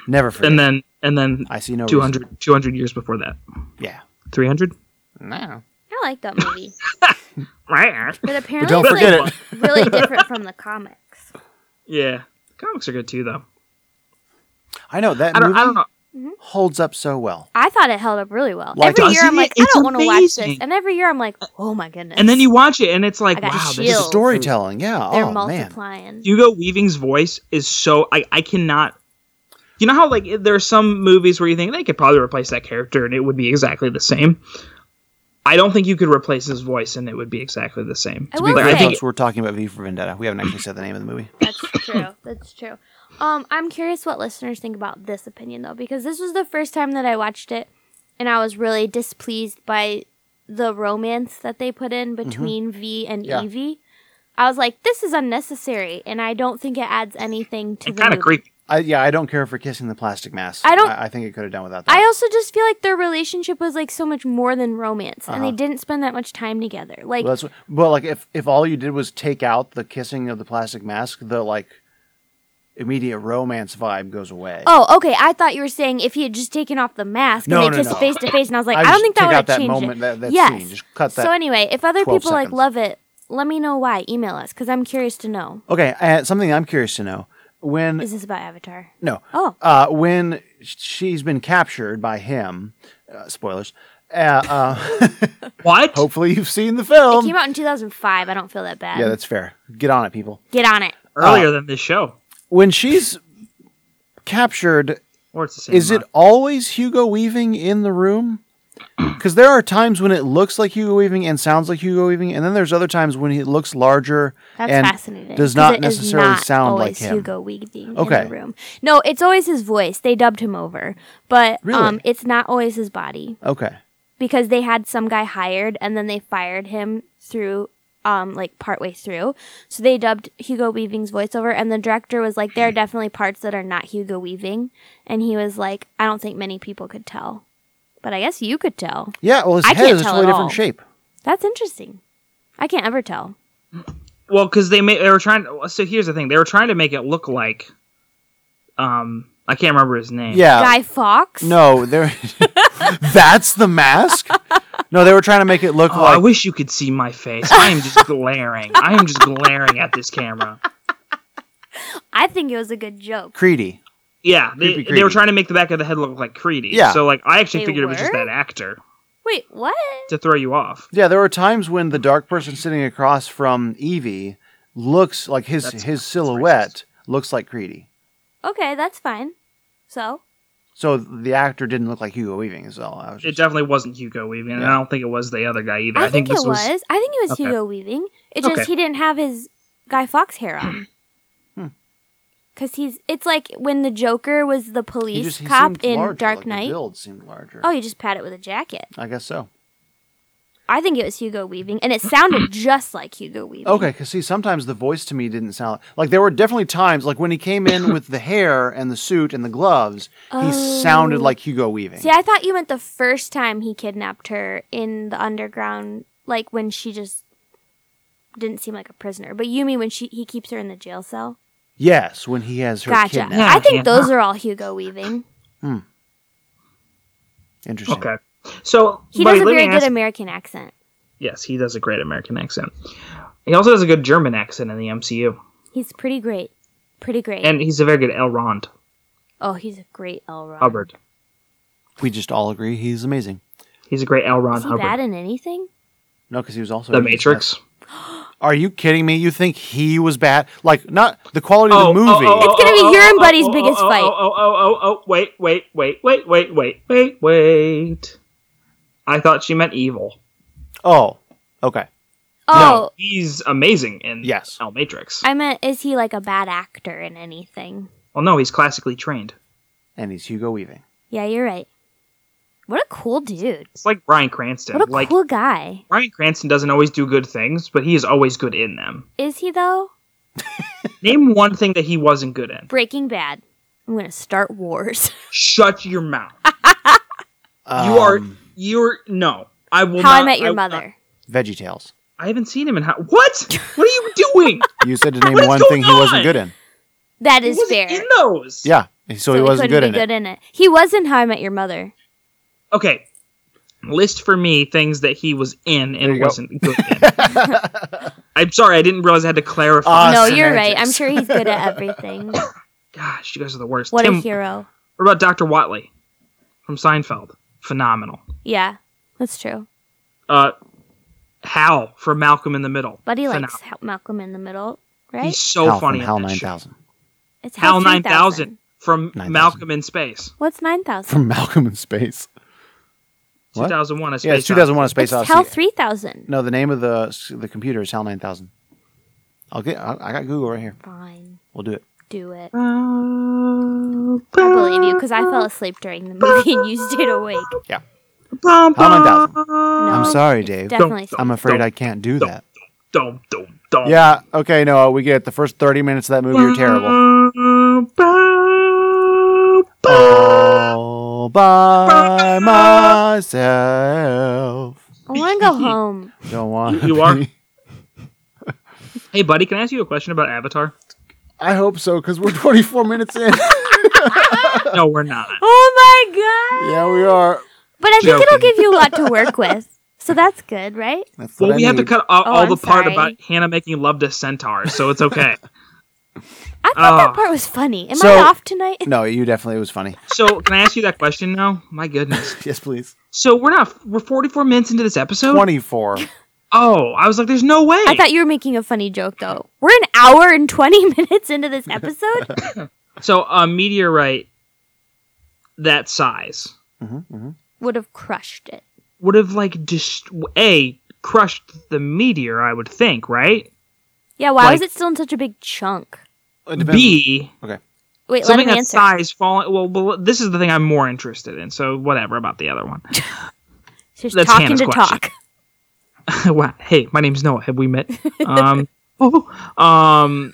Speaker 2: Never forget.
Speaker 4: and then and then
Speaker 2: I see no
Speaker 4: two
Speaker 2: reason.
Speaker 4: hundred, two hundred 200, 200 years before that,
Speaker 2: Yeah.
Speaker 4: three hundred.
Speaker 2: No.
Speaker 3: I like that movie.
Speaker 4: Right.
Speaker 3: But apparently
Speaker 2: don't
Speaker 3: it's
Speaker 2: forget
Speaker 3: like really different from the comics.
Speaker 4: Yeah, comics are good too, though.
Speaker 2: I know that
Speaker 4: I don't,
Speaker 2: movie
Speaker 4: I don't know.
Speaker 2: holds up so well.
Speaker 3: I thought it held up really well.
Speaker 2: Like,
Speaker 3: every year
Speaker 4: doesn't
Speaker 3: I'm like,
Speaker 4: it?
Speaker 3: I
Speaker 4: It's
Speaker 3: don't want to watch this.
Speaker 4: amazing.
Speaker 3: And every year I'm like, oh my goodness.
Speaker 4: And then you watch it, and it's like,
Speaker 3: I got
Speaker 4: wow, this
Speaker 2: The
Speaker 4: is
Speaker 3: chills. Bill.
Speaker 2: storytelling, yeah.
Speaker 3: they're
Speaker 2: oh man,
Speaker 3: multiplying.
Speaker 4: Hugo Weaving's voice is so I I cannot. You know how like there are some movies where you think they could probably replace that character and it would be exactly the same. I don't think you could replace his voice and it would be exactly the same.
Speaker 3: I will
Speaker 4: Like,
Speaker 3: say,
Speaker 4: I think
Speaker 2: Folks, we're talking about V for Vendetta. We haven't actually said the name of the movie.
Speaker 3: That's true. That's true. Um, I'm curious what listeners think about this opinion though, because this was the first time that I watched it, and I was really displeased by the romance that they put in between V and
Speaker 2: Yeah.
Speaker 3: Evie. I was like, this is unnecessary, and I don't think it adds anything to
Speaker 4: it's
Speaker 3: the
Speaker 4: kind of
Speaker 3: movie.
Speaker 4: creepy.
Speaker 2: I, yeah, I don't care for kissing the plastic mask.
Speaker 3: I don't-
Speaker 2: I, I think it could have done without that.
Speaker 3: I also just feel like their relationship was like so much more than romance, and they didn't spend that much time together. Like,
Speaker 2: Well, that's, but like, if if all you did was take out the kissing of the plastic mask, the like immediate romance vibe goes away.
Speaker 3: oh, okay. I thought you were saying if he had just taken off the mask
Speaker 2: No,
Speaker 3: and they
Speaker 2: no,
Speaker 3: kissed
Speaker 2: no.
Speaker 3: face to face, and I was like,
Speaker 2: I
Speaker 3: I,
Speaker 2: just
Speaker 3: don't think that
Speaker 2: take
Speaker 3: would
Speaker 2: out
Speaker 3: have
Speaker 2: that
Speaker 3: changed
Speaker 2: moment,
Speaker 3: it.
Speaker 2: that- that
Speaker 3: yes.
Speaker 2: scene. Just cut
Speaker 3: So
Speaker 2: that
Speaker 3: anyway, if other
Speaker 2: 12
Speaker 3: people like
Speaker 2: seconds.
Speaker 3: love it, let me know why. Email us because I'm curious to know.
Speaker 2: Okay, uh, something I'm curious to know when
Speaker 3: Is this about Avatar?
Speaker 2: no
Speaker 3: Oh,
Speaker 2: uh, when sh- she's been captured by him. Uh, spoilers. Uh, uh,
Speaker 4: What?
Speaker 2: hopefully you've seen the
Speaker 3: it
Speaker 2: film.
Speaker 3: came out in 2005. I don't feel that bad.
Speaker 2: Um, yeah, that's fair. Get on it, people.
Speaker 3: Get on it.
Speaker 4: Earlier than this show,
Speaker 2: When she's captured
Speaker 4: or it's the same.
Speaker 2: Is it always Hugo Weaving in the room? Because there are times when it looks like Hugo Weaving and sounds like Hugo Weaving, and then there's other times when he looks larger
Speaker 3: That's
Speaker 2: and
Speaker 3: fascinating.
Speaker 2: does
Speaker 3: 'cause
Speaker 2: not
Speaker 3: it is
Speaker 2: necessarily
Speaker 3: not
Speaker 2: sound like
Speaker 3: always
Speaker 2: him.
Speaker 3: Hugo Weaving
Speaker 2: Okay.
Speaker 3: in the room. No, it's always his voice. They dubbed him over, but
Speaker 2: Really?
Speaker 3: um, it's not always his body
Speaker 2: Okay,
Speaker 3: because they had some guy hired and then they fired him through. Um, like partway through, so they dubbed Hugo Weaving's voiceover, and the director was like, "There are definitely parts that are not Hugo Weaving," and he was like, "I don't think many people could tell, but I guess you could tell.
Speaker 2: yeah. Well, his
Speaker 3: I
Speaker 2: head
Speaker 3: can't
Speaker 2: is a
Speaker 3: tell
Speaker 2: totally
Speaker 3: at
Speaker 2: different
Speaker 3: all.
Speaker 2: shape.
Speaker 3: That's interesting. I can't ever tell.
Speaker 4: Well, because they made they were trying. To, so here's the thing: they were trying to make it look like, um, I can't remember his name.
Speaker 2: Yeah,
Speaker 3: Guy Fox?
Speaker 2: no, there. that's the mask. No, they were trying to make it look
Speaker 4: Oh, I
Speaker 2: like
Speaker 4: wish you could see my face. I am just glaring. I am just glaring at this camera.
Speaker 3: I think it was a good joke.
Speaker 2: Creedy.
Speaker 4: Yeah, they,
Speaker 2: Creepy
Speaker 4: they were
Speaker 2: Creedy.
Speaker 4: trying to make the back of the head look like Creedy.
Speaker 2: Yeah.
Speaker 4: So like I actually
Speaker 3: They
Speaker 4: figured it was just
Speaker 3: were?
Speaker 4: that actor
Speaker 3: Wait, what?
Speaker 4: to throw you off.
Speaker 2: Yeah, there are times when the dark person sitting across from Evie looks like his
Speaker 4: That's-
Speaker 2: his
Speaker 4: that's
Speaker 2: silhouette looks like Creedy.
Speaker 3: Okay, that's fine. So,
Speaker 2: So the actor didn't look like Hugo Weaving as well. I was
Speaker 4: It
Speaker 2: just,
Speaker 4: definitely wasn't Hugo Weaving, and
Speaker 2: Yeah.
Speaker 4: I don't think it was the other guy either.
Speaker 3: I, think,
Speaker 4: this
Speaker 3: it was, I think it was
Speaker 4: Okay.
Speaker 3: Hugo Weaving. It's just
Speaker 4: Okay. Hmm.
Speaker 3: he didn't have his Guy Fox hair on.
Speaker 2: Hmm.
Speaker 3: Because he's, it's like when the Joker was the
Speaker 2: he
Speaker 3: police
Speaker 2: just- he
Speaker 3: cop
Speaker 2: seemed
Speaker 3: in
Speaker 2: larger,
Speaker 3: Dark
Speaker 2: like The
Speaker 3: Knight.
Speaker 2: build seemed larger.
Speaker 3: Oh, you just pat it with a jacket.
Speaker 2: I guess so.
Speaker 3: I think it was Hugo Weaving, and it sounded just like Hugo Weaving.
Speaker 2: Okay, because see, sometimes the voice to me didn't sound like there were definitely times like when he came in with the hair and the suit and the gloves, he sounded like Hugo Weaving.
Speaker 3: Oh. See, I thought you meant the first time he kidnapped her in the underground, like when she just didn't seem like a prisoner. But you mean when she he keeps her in the jail cell?
Speaker 2: Yes, when he has her
Speaker 3: Gotcha.
Speaker 2: kidnapped.
Speaker 4: Yeah,
Speaker 3: I think
Speaker 4: yeah.
Speaker 3: those are all Hugo Weaving.
Speaker 2: Interesting.
Speaker 4: Okay. So
Speaker 3: He
Speaker 4: buddy,
Speaker 3: does a
Speaker 4: let me
Speaker 3: very good
Speaker 4: ask-
Speaker 3: American accent.
Speaker 4: Yes, he does a great American accent. He also has a good German accent in the MCU,
Speaker 3: He's pretty great. Pretty great.
Speaker 4: and he's a very good Elrond
Speaker 3: oh, he's a great Elrond.
Speaker 4: Hubbard.
Speaker 2: We just all agree he's amazing.
Speaker 4: He's a great Elrond
Speaker 3: Is he
Speaker 4: Hubbard.
Speaker 3: bad in anything?
Speaker 2: No, because he was also
Speaker 4: the
Speaker 2: in Kiss
Speaker 4: Matrix.
Speaker 2: Ass. Are you kidding me? You think he was bad? Like not the quality of the movie.
Speaker 3: It's gonna be your and Buddy's biggest
Speaker 4: oh,
Speaker 3: fight.
Speaker 4: Oh, oh, oh, oh, oh, wait, wait, wait, wait, wait, wait, wait, wait. I thought she meant evil.
Speaker 2: oh, okay.
Speaker 3: Oh,
Speaker 4: He's amazing in
Speaker 2: Yes.
Speaker 4: El Matrix.
Speaker 3: I meant is he like a bad actor in anything?
Speaker 4: well, no, he's classically trained.
Speaker 2: And he's Hugo Weaving.
Speaker 3: Yeah, you're right. What a cool dude.
Speaker 4: It's like Brian Cranston.
Speaker 3: What a
Speaker 4: like
Speaker 3: cool guy.
Speaker 4: Brian Cranston doesn't always do good things, but he is always good in them.
Speaker 3: Is he though?
Speaker 4: Name one thing that he wasn't good in.
Speaker 3: Breaking Bad. I'm gonna start wars.
Speaker 4: Shut your mouth.
Speaker 2: Um,
Speaker 4: you are you're no. I uh, will
Speaker 3: Ah. How I
Speaker 4: not-
Speaker 3: Met Your
Speaker 4: will not-
Speaker 3: Mother.
Speaker 2: Veggie Tales.
Speaker 4: I haven't seen him in how What? What are you doing?
Speaker 2: You said to name
Speaker 4: What is
Speaker 2: one thing he
Speaker 4: going
Speaker 2: wasn't
Speaker 4: on?
Speaker 2: good in.
Speaker 3: That
Speaker 4: He
Speaker 3: is
Speaker 4: wasn't
Speaker 3: fair.
Speaker 4: in those.
Speaker 2: Yeah, so, he wasn't good in
Speaker 3: couldn't be
Speaker 2: it.
Speaker 3: good in it. He was in How I Met Your Mother.
Speaker 4: Okay. List for me things that he was in
Speaker 2: There you
Speaker 4: and
Speaker 2: go.
Speaker 4: wasn't good in. I'm sorry, I didn't realize I had to clarify.
Speaker 2: Uh,
Speaker 3: no, you're right. I'm
Speaker 2: semantics.
Speaker 3: sure he's good at everything.
Speaker 4: Gosh, you guys are the worst.
Speaker 3: What
Speaker 4: Tim,
Speaker 3: a hero.
Speaker 4: What about Dr. Watley from Seinfeld? Phenomenal.
Speaker 3: Yeah, that's true.
Speaker 4: Uh, Hal from Malcolm in the Middle.
Speaker 3: Buddy
Speaker 4: Phenomenal.
Speaker 3: likes Hal- Malcolm in the Middle, right?
Speaker 4: He's so
Speaker 2: Hal
Speaker 4: funny.
Speaker 2: from
Speaker 4: in
Speaker 2: Hal
Speaker 4: that
Speaker 2: Nine
Speaker 4: show.
Speaker 2: Thousand.
Speaker 3: It's
Speaker 4: Hal
Speaker 3: Hal
Speaker 4: 9000 from
Speaker 2: 9000.
Speaker 4: Malcolm in Space.
Speaker 3: What's 9000?
Speaker 2: from Malcolm in Space. What?
Speaker 4: 2001 A Space
Speaker 2: yeah, it's 2001: A Space
Speaker 3: It's
Speaker 2: Odyssey.
Speaker 3: Hal 3000.
Speaker 2: No, the name of the the computer is HAL 9000. I'll get. I, I got Google right here.
Speaker 3: Fine.
Speaker 2: We'll do it.
Speaker 3: Do it.
Speaker 4: Odyssey.
Speaker 3: I believe you because I fell asleep during the movie and you stayed awake.
Speaker 2: HAL 9000.
Speaker 3: No,
Speaker 2: I'm
Speaker 3: it's
Speaker 2: sorry, Dave.
Speaker 3: Definitely.
Speaker 4: Don't-
Speaker 2: I'm afraid
Speaker 4: don't-
Speaker 2: I can't do
Speaker 4: don't-
Speaker 2: that.
Speaker 4: Dum, dum, dum.
Speaker 2: Yeah. Okay. No, we get the first 30 minutes of that movie are terrible. All by myself.
Speaker 3: I want to go home.
Speaker 2: Don't want.
Speaker 4: You are? Hey, buddy, can I ask you a question about Avatar?
Speaker 2: I hope so, because we're 24 minutes in.
Speaker 4: No, we're not.
Speaker 3: Oh my god!
Speaker 2: yeah, we are.
Speaker 3: But I think it'll
Speaker 4: Joking.
Speaker 3: give you a lot to work with. So that's good, right?
Speaker 2: That's what
Speaker 4: Well,
Speaker 2: I
Speaker 4: we have to
Speaker 2: need.
Speaker 4: cut all,
Speaker 3: Oh,
Speaker 4: all
Speaker 3: I'm
Speaker 4: the part
Speaker 3: sorry.
Speaker 4: about Hannah making love to centaurs, so it's okay.
Speaker 3: I thought
Speaker 4: Oh.
Speaker 3: that part was funny. Am
Speaker 2: So-
Speaker 3: I off tonight?
Speaker 2: No, you definitely it was funny.
Speaker 4: so, can I ask you that question now? My goodness.
Speaker 2: Yes, please.
Speaker 4: So we're not we're 44 minutes into this episode.
Speaker 2: 24.
Speaker 4: Oh, I was like, there's no way.
Speaker 3: I thought you were making a funny joke though. We're an hour and 20 minutes into this episode.
Speaker 4: so a meteorite that size
Speaker 2: hmm hmm
Speaker 3: Would have crushed it.
Speaker 4: would have like just a crushed the meteor. I would think, right?
Speaker 3: Yeah, why was
Speaker 4: Like-
Speaker 3: it still in such a big chunk?
Speaker 2: It
Speaker 4: B
Speaker 3: Wait,
Speaker 4: something
Speaker 3: let
Speaker 4: that
Speaker 3: him answer.
Speaker 4: size falling. Well, well, this is the thing I'm more interested in. So whatever about the other one.
Speaker 3: She's
Speaker 4: that's
Speaker 3: talking
Speaker 4: Hannah's
Speaker 3: to
Speaker 4: question.
Speaker 3: talk.
Speaker 4: wow. Hey, my name's Noah. Have we met? Um. oh. Um.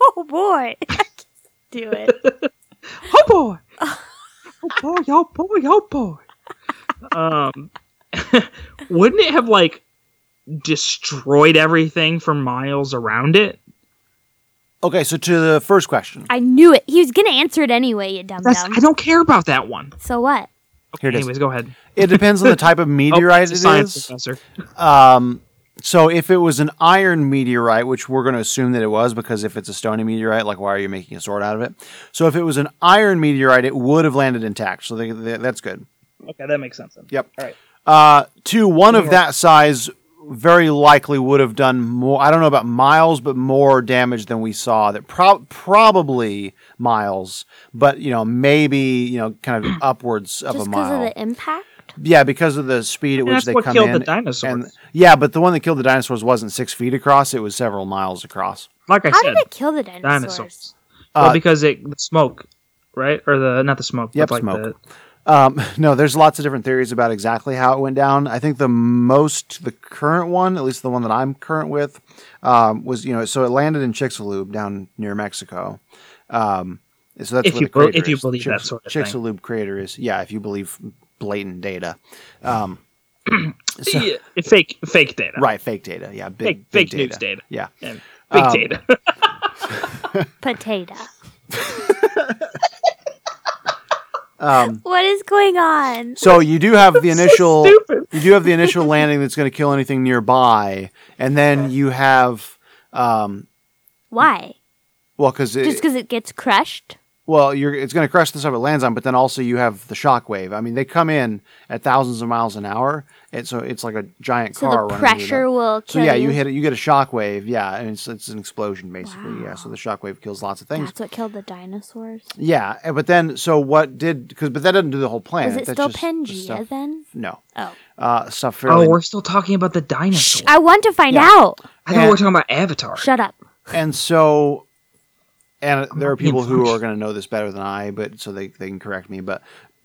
Speaker 3: Oh boy. I can't do it.
Speaker 4: Oh boy. oh boy. Oh boy. Oh boy. Um, wouldn't it have like destroyed everything for miles around it?
Speaker 2: Okay, so to the first question.
Speaker 3: I knew it. He was going to answer it anyway, you dumb
Speaker 4: That's, I
Speaker 3: dumb.
Speaker 4: don't care about that one.
Speaker 3: So what?
Speaker 2: Here it is.
Speaker 4: Anyways, go ahead.
Speaker 2: It depends on the type of
Speaker 4: Oh,
Speaker 2: meteorite
Speaker 4: it's a
Speaker 2: it
Speaker 4: science
Speaker 2: is.
Speaker 4: professor.
Speaker 2: Um, So if it was an iron meteorite, which we're going to assume that it was, because if it's a stony meteorite, like why are you making a sword out of it? So if it was an iron meteorite, it would have landed intact. So they, they, that's good.
Speaker 4: Okay, that makes sense. Then.
Speaker 2: Yep.
Speaker 4: All right.
Speaker 2: Uh, two, one of that size very likely would have done more. I don't know about miles, but more damage than we saw. That prob probably miles, but you know maybe you know kind of upwards of
Speaker 3: Just
Speaker 2: a
Speaker 3: because
Speaker 2: mile.
Speaker 3: of the impact?
Speaker 2: Yeah, because of the speed at
Speaker 4: And
Speaker 2: which
Speaker 4: that's
Speaker 2: they
Speaker 4: what
Speaker 2: come
Speaker 4: killed
Speaker 2: in.
Speaker 4: the dinosaurs.
Speaker 2: And yeah, but the one that killed the dinosaurs wasn't six feet across; it was several miles across.
Speaker 4: Like I
Speaker 3: How
Speaker 4: said,
Speaker 3: did it kill the dinosaurs?
Speaker 4: dinosaurs.
Speaker 2: Uh,
Speaker 4: well, because it the smoke, right? Or the not the smoke.
Speaker 2: Yep,
Speaker 4: but like
Speaker 2: smoke. Um, no, there's lots of different theories about exactly how it went down. I think the most, the current one, at least the one that I'm current with, um, was you know, so it landed in Chicxulub down near Mexico. Um, so that's
Speaker 4: If
Speaker 2: where
Speaker 4: you
Speaker 2: the
Speaker 4: bel-
Speaker 2: crater
Speaker 4: if you
Speaker 2: is.
Speaker 4: believe
Speaker 2: Chick-
Speaker 4: that sort of thing.
Speaker 2: Chicxulub crater is yeah, if you believe blatant data, Um,
Speaker 4: the Yeah, fake fake data.
Speaker 2: right? Fake data, yeah, big
Speaker 4: Fake-
Speaker 2: big Uh,
Speaker 4: fake news data.
Speaker 2: yeah.
Speaker 4: Yeah, fake data.
Speaker 3: Potato. what is going on?
Speaker 2: Um, So you do have the initial
Speaker 4: stupid.
Speaker 2: you do have the initial landing that's going to kill anything nearby, and then you have um
Speaker 3: Why?
Speaker 2: well because
Speaker 3: Just because it gets crushed?
Speaker 2: well you're it's going to crush the stuff it lands on, but then also you have the shock wave. I mean they come in at thousands of miles an hour, and so it's like a giant
Speaker 3: So
Speaker 2: car
Speaker 3: the
Speaker 2: running through
Speaker 3: pressure will
Speaker 2: So
Speaker 3: kill
Speaker 2: yeah,
Speaker 3: you.
Speaker 2: you hit it. You get a shock wave, yeah, and it's it's an explosion basically, yeah. So the shock wave kills lots of things,
Speaker 3: That's what killed the dinosaurs.
Speaker 2: yeah. and- But then, so what did? Because but that doesn't do the whole planet.
Speaker 3: Was it
Speaker 2: Oh, That's
Speaker 3: still
Speaker 2: just the stuff-
Speaker 3: Pangea then?
Speaker 2: No,
Speaker 3: Oh.
Speaker 2: uh, stuff fairly
Speaker 4: oh, we're still talking about the dinosaur.
Speaker 3: I want to find
Speaker 2: Yeah.
Speaker 3: out.
Speaker 4: I thought we were talking about Avatar.
Speaker 3: Shut up.
Speaker 2: and so and there are
Speaker 4: being
Speaker 2: people who
Speaker 4: funny.
Speaker 2: are going to know this better than i but so they, they can correct me but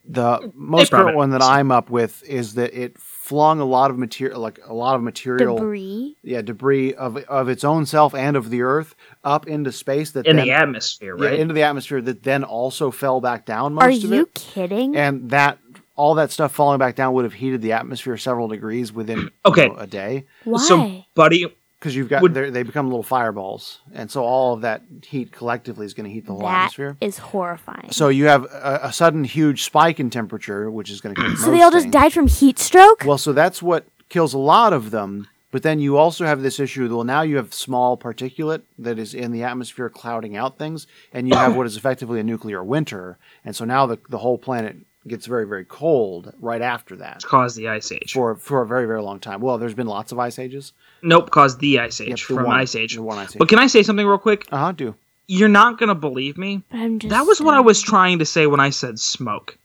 Speaker 2: the most
Speaker 4: probably
Speaker 2: current one that
Speaker 4: don't.
Speaker 2: i'm up with is that it flung a lot of material like a lot of material
Speaker 3: Debris.
Speaker 2: yeah debris of of its own self and of the earth up into space that
Speaker 4: in
Speaker 2: then,
Speaker 4: the atmosphere,
Speaker 2: yeah,
Speaker 4: right?
Speaker 2: into the atmosphere that then also fell back down most
Speaker 3: Are
Speaker 2: of
Speaker 3: you
Speaker 2: it
Speaker 3: kidding?
Speaker 2: and that all that stuff falling back down would have heated the atmosphere several degrees within you
Speaker 4: Okay.
Speaker 2: know, a day
Speaker 3: Why?
Speaker 4: So, buddy,
Speaker 2: because you've got
Speaker 4: Would-
Speaker 2: they're- they become little fireballs, and so all of that heat collectively is going to heat the whole
Speaker 3: that
Speaker 2: atmosphere.
Speaker 3: is horrifying. So,
Speaker 2: So you have a, a sudden huge spike in temperature, which is going to kill.
Speaker 3: they
Speaker 2: most
Speaker 3: all just
Speaker 2: things.
Speaker 3: died from heat stroke?
Speaker 2: Well, so that's what kills a lot of them. But then you also have this issue. Well, now you have small particulate that is in the atmosphere clouding out things, and you have what is effectively a nuclear winter. And so now the, the whole planet gets very, very cold right after that
Speaker 4: caused the ice age.
Speaker 2: for for a very, very long time. Well, there's been lots of ice ages.
Speaker 4: Nope, caused the ice age
Speaker 2: Yep, the
Speaker 4: from
Speaker 2: one-
Speaker 4: ice age.
Speaker 2: the one ice
Speaker 4: But
Speaker 2: age.
Speaker 4: can I say something real quick?
Speaker 2: Uh huh. Do
Speaker 4: You're not gonna believe me.
Speaker 3: But I'm just
Speaker 4: That was what I was trying to say when I said smoke.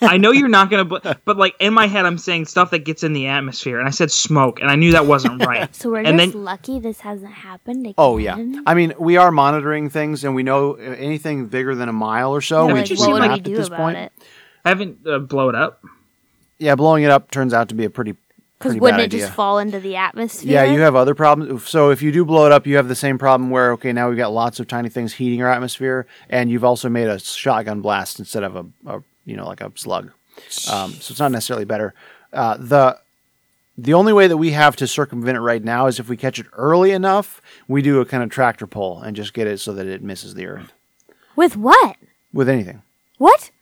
Speaker 4: I know you're not gonna, but, but like in my head, I'm saying stuff that gets in the atmosphere, and I said smoke, and I knew that wasn't right.
Speaker 3: So we're
Speaker 4: and
Speaker 3: just
Speaker 4: then
Speaker 3: lucky this hasn't happened again.
Speaker 2: Oh yeah,
Speaker 3: Mm-hmm.
Speaker 2: I mean we are monitoring things, and we know uh, anything bigger than a mile or so.
Speaker 4: Yeah,
Speaker 2: Oh, we
Speaker 4: but you
Speaker 2: blow
Speaker 4: seem
Speaker 2: it
Speaker 4: like-
Speaker 2: up
Speaker 3: do
Speaker 2: at this
Speaker 3: about
Speaker 2: point.
Speaker 3: it?
Speaker 4: haven't uh, blow it up.
Speaker 2: Yeah, blowing it up turns out to be a pretty
Speaker 3: Because
Speaker 2: pretty
Speaker 3: wouldn't
Speaker 2: bad
Speaker 3: it
Speaker 2: idea.
Speaker 3: just fall into the atmosphere?
Speaker 2: yeah, you have other problems. So if you do blow it up, you have the same problem where okay, now we've got lots of tiny things heating our atmosphere, and you've also made a shotgun blast instead of a, a you know like a slug. Um, so it's not necessarily better. Uh, the the only way that we have to circumvent it right now is if we catch it early enough, we do a kind of tractor pull and just get it so that it misses the earth
Speaker 3: With what?
Speaker 2: with anything.
Speaker 3: What?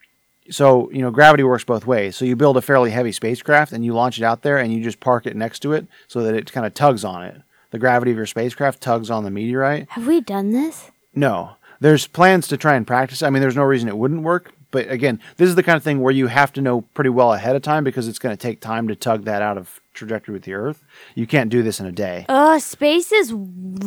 Speaker 2: so you know gravity works both ways so you build a fairly heavy spacecraft and you launch it out there and you just park it next to it so that it kind of tugs on it the gravity of your spacecraft tugs on the meteorite
Speaker 3: Have we done this?
Speaker 2: no there's plans to try and practice i mean there's no reason it wouldn't work but again this is the kind of thing where you have to know pretty well ahead of time because it's going to take time to tug that out of trajectory with the earth you can't do this in a day
Speaker 3: Oh, space is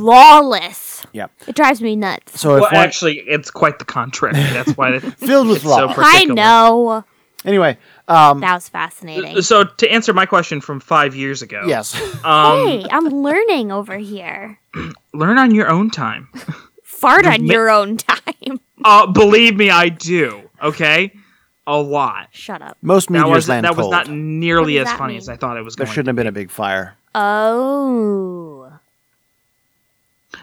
Speaker 3: lawless.
Speaker 2: yeah
Speaker 3: It drives me nuts.
Speaker 2: so if
Speaker 4: Well,
Speaker 2: one-
Speaker 4: actually, it's quite the contrary. That's why it,
Speaker 2: filled with
Speaker 4: it's so
Speaker 2: law
Speaker 4: per-
Speaker 3: I
Speaker 4: particular.
Speaker 3: know.
Speaker 2: anyway um
Speaker 3: That was fascinating.
Speaker 4: So to answer my question from five years ago,
Speaker 2: yes um,
Speaker 3: hey, I'm learning over here.
Speaker 4: learn on your own time.
Speaker 3: Fart on your own time.
Speaker 4: Uh, believe me, I do. Okay, a lot.
Speaker 3: Shut up.
Speaker 2: most
Speaker 4: That
Speaker 2: meteors
Speaker 4: was
Speaker 2: land
Speaker 4: that was
Speaker 2: cold
Speaker 4: not nearly
Speaker 3: What
Speaker 4: as
Speaker 3: does that
Speaker 4: funny
Speaker 3: mean?
Speaker 4: as I thought it was.
Speaker 2: there
Speaker 4: going
Speaker 2: shouldn't have been a big fire
Speaker 3: Oh,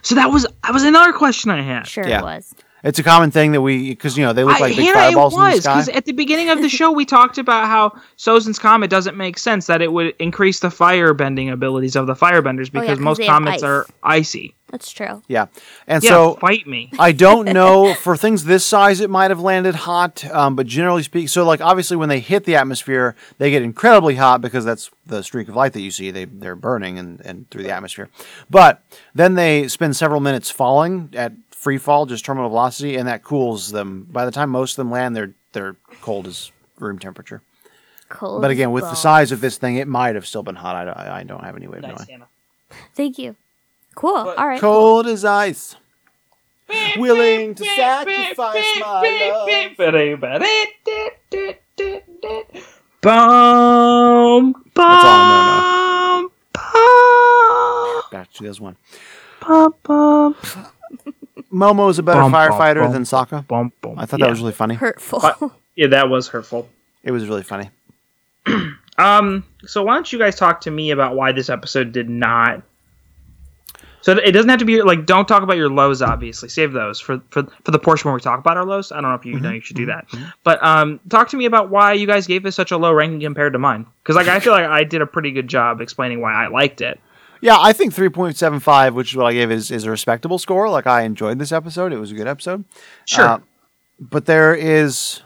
Speaker 4: So that was that was another question I had.
Speaker 3: sure
Speaker 2: Yeah.
Speaker 3: it was.
Speaker 2: It's a common thing that we because you know they look like
Speaker 4: I-
Speaker 2: big
Speaker 4: Hannah, it
Speaker 2: fireballs in the
Speaker 4: was
Speaker 2: sky.
Speaker 4: because at the beginning of the show we talked about how Sozin's comet doesn't make sense that it would increase the fire bending abilities of the firebenders
Speaker 3: Oh, yeah, 'cause
Speaker 4: because most
Speaker 3: they have ice.
Speaker 4: comets are icy.
Speaker 3: That's true.
Speaker 2: yeah, and
Speaker 4: Yeah,
Speaker 2: so
Speaker 4: fight me.
Speaker 2: I don't know for things this size it might have landed hot, um, but generally speaking, so like obviously when they hit the atmosphere, they get incredibly hot because that's the streak of light that you see. They they're burning and, and through the atmosphere, but then they spend several minutes falling at free fall, just terminal velocity, and that cools them. By the time most of them land, they're they're cold as room temperature.
Speaker 3: Cold.
Speaker 2: But
Speaker 3: as
Speaker 2: again, with the
Speaker 3: balls.
Speaker 2: size of this thing, it might have still been hot. I, I- I don't have any way of knowing.
Speaker 4: Nice, Hannah.
Speaker 3: Thank you. Cool.
Speaker 4: But-
Speaker 3: All right.
Speaker 2: Cold as ice. Willing to sacrifice my love.
Speaker 4: Boom! Boom!
Speaker 2: That's all
Speaker 4: Boom!
Speaker 2: Back to 2001.
Speaker 4: Boom! Boom!
Speaker 2: Momo's a better
Speaker 4: Bum, bum,
Speaker 2: firefighter
Speaker 4: bum.
Speaker 2: than Sokka.
Speaker 4: Boom! Boom!
Speaker 2: I thought
Speaker 4: yeah.
Speaker 2: that was really funny.
Speaker 3: Hurtful.
Speaker 4: But- yeah, that was hurtful.
Speaker 2: It was really funny.
Speaker 4: Um, so why don't you guys talk to me about why this episode did not? So it doesn't have to be like don't talk about your lows. Obviously, save those for for, for the portion where we talk about our lows. I don't know if you know you should do that,
Speaker 2: Mm-hmm.
Speaker 4: but um, talk to me about why you guys gave this such a low ranking compared to mine. Because like I feel like I did a pretty good job explaining why I liked it.
Speaker 2: Yeah, I think 3.75, which is what I gave, is, is a respectable score. Like, I enjoyed this episode. It was a good episode.
Speaker 4: Sure,
Speaker 2: Uh, but there is.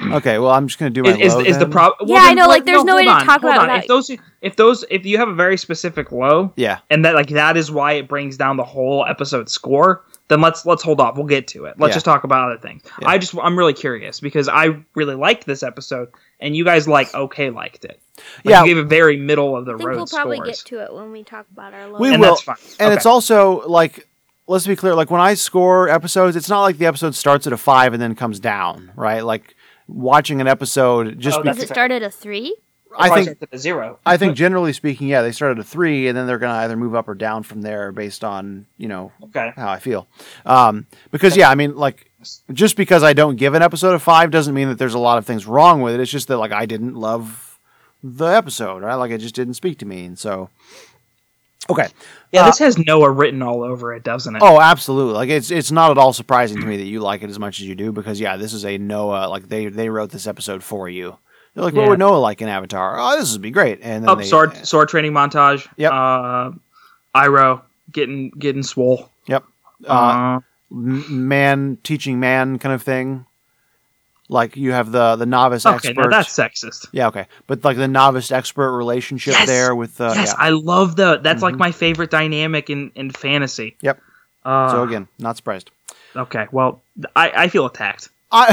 Speaker 2: Okay, well, I'm just going to do my.
Speaker 4: is, is,
Speaker 2: low
Speaker 4: is the
Speaker 2: then.
Speaker 4: problem?
Speaker 3: Yeah, I know, like, there's no way to talk about without-
Speaker 4: If those if those if you have a very specific low,
Speaker 2: Yeah.
Speaker 4: and that like that is why it brings down the whole episode score then let's let's hold off we'll get to it let's
Speaker 2: Yeah.
Speaker 4: just talk about other things
Speaker 2: Yeah.
Speaker 4: i just i'm really curious because i really liked this episode and you guys like okay liked it Like,
Speaker 2: Yeah.
Speaker 4: you gave a very middle of the
Speaker 3: I think
Speaker 4: road
Speaker 3: we'll probably
Speaker 4: scores
Speaker 3: get to it when we talk about our low.
Speaker 2: We
Speaker 4: and
Speaker 2: will.
Speaker 4: that's fine
Speaker 2: And
Speaker 4: Okay.
Speaker 2: it's also like, let's be clear, like when I score episodes, it's not like the episode starts at a five and then comes down, right? Like watching an episode just
Speaker 4: Oh,
Speaker 2: be,
Speaker 3: Does
Speaker 4: that's-
Speaker 3: it start at a three?
Speaker 2: I
Speaker 4: Probably
Speaker 2: think
Speaker 4: set it to zero
Speaker 2: I think generally speaking, yeah, they start at a three and then they're gonna either move up or down from there based on, you know,
Speaker 4: okay
Speaker 2: how I feel. Um, because yeah, I mean like just because I don't give an episode a five doesn't mean that there's a lot of things wrong with it. It's just that like I didn't love the episode, right? Like it just didn't speak to me. And so Okay.
Speaker 4: yeah
Speaker 2: Uh,
Speaker 4: this has noah written all over it doesn't it
Speaker 2: Oh, absolutely. Like it's it's not at all surprising to me that you like it as much as you do because yeah, this is a Noah like they they wrote this episode for you. They're like, what
Speaker 4: Yeah.
Speaker 2: would Noah like in Avatar? Oh, this would be great. And then
Speaker 4: up
Speaker 2: they,
Speaker 4: sword sword training montage
Speaker 2: Yep.
Speaker 4: uh iro getting getting swole
Speaker 2: Yep.
Speaker 4: uh,
Speaker 2: Uh, m- man teaching man kind of thing. Like you have the the novice
Speaker 4: okay
Speaker 2: expert.
Speaker 4: now that's sexist
Speaker 2: yeah, okay. But like the novice expert relationship
Speaker 4: Yes!
Speaker 2: there with uh,
Speaker 4: yes,
Speaker 2: yeah.
Speaker 4: I love the. That's like
Speaker 2: Mhm.
Speaker 4: my favorite dynamic in in fantasy.
Speaker 2: Yep.
Speaker 4: Uh,
Speaker 2: so again, not surprised.
Speaker 4: okay. Well, I I feel attacked.
Speaker 2: I,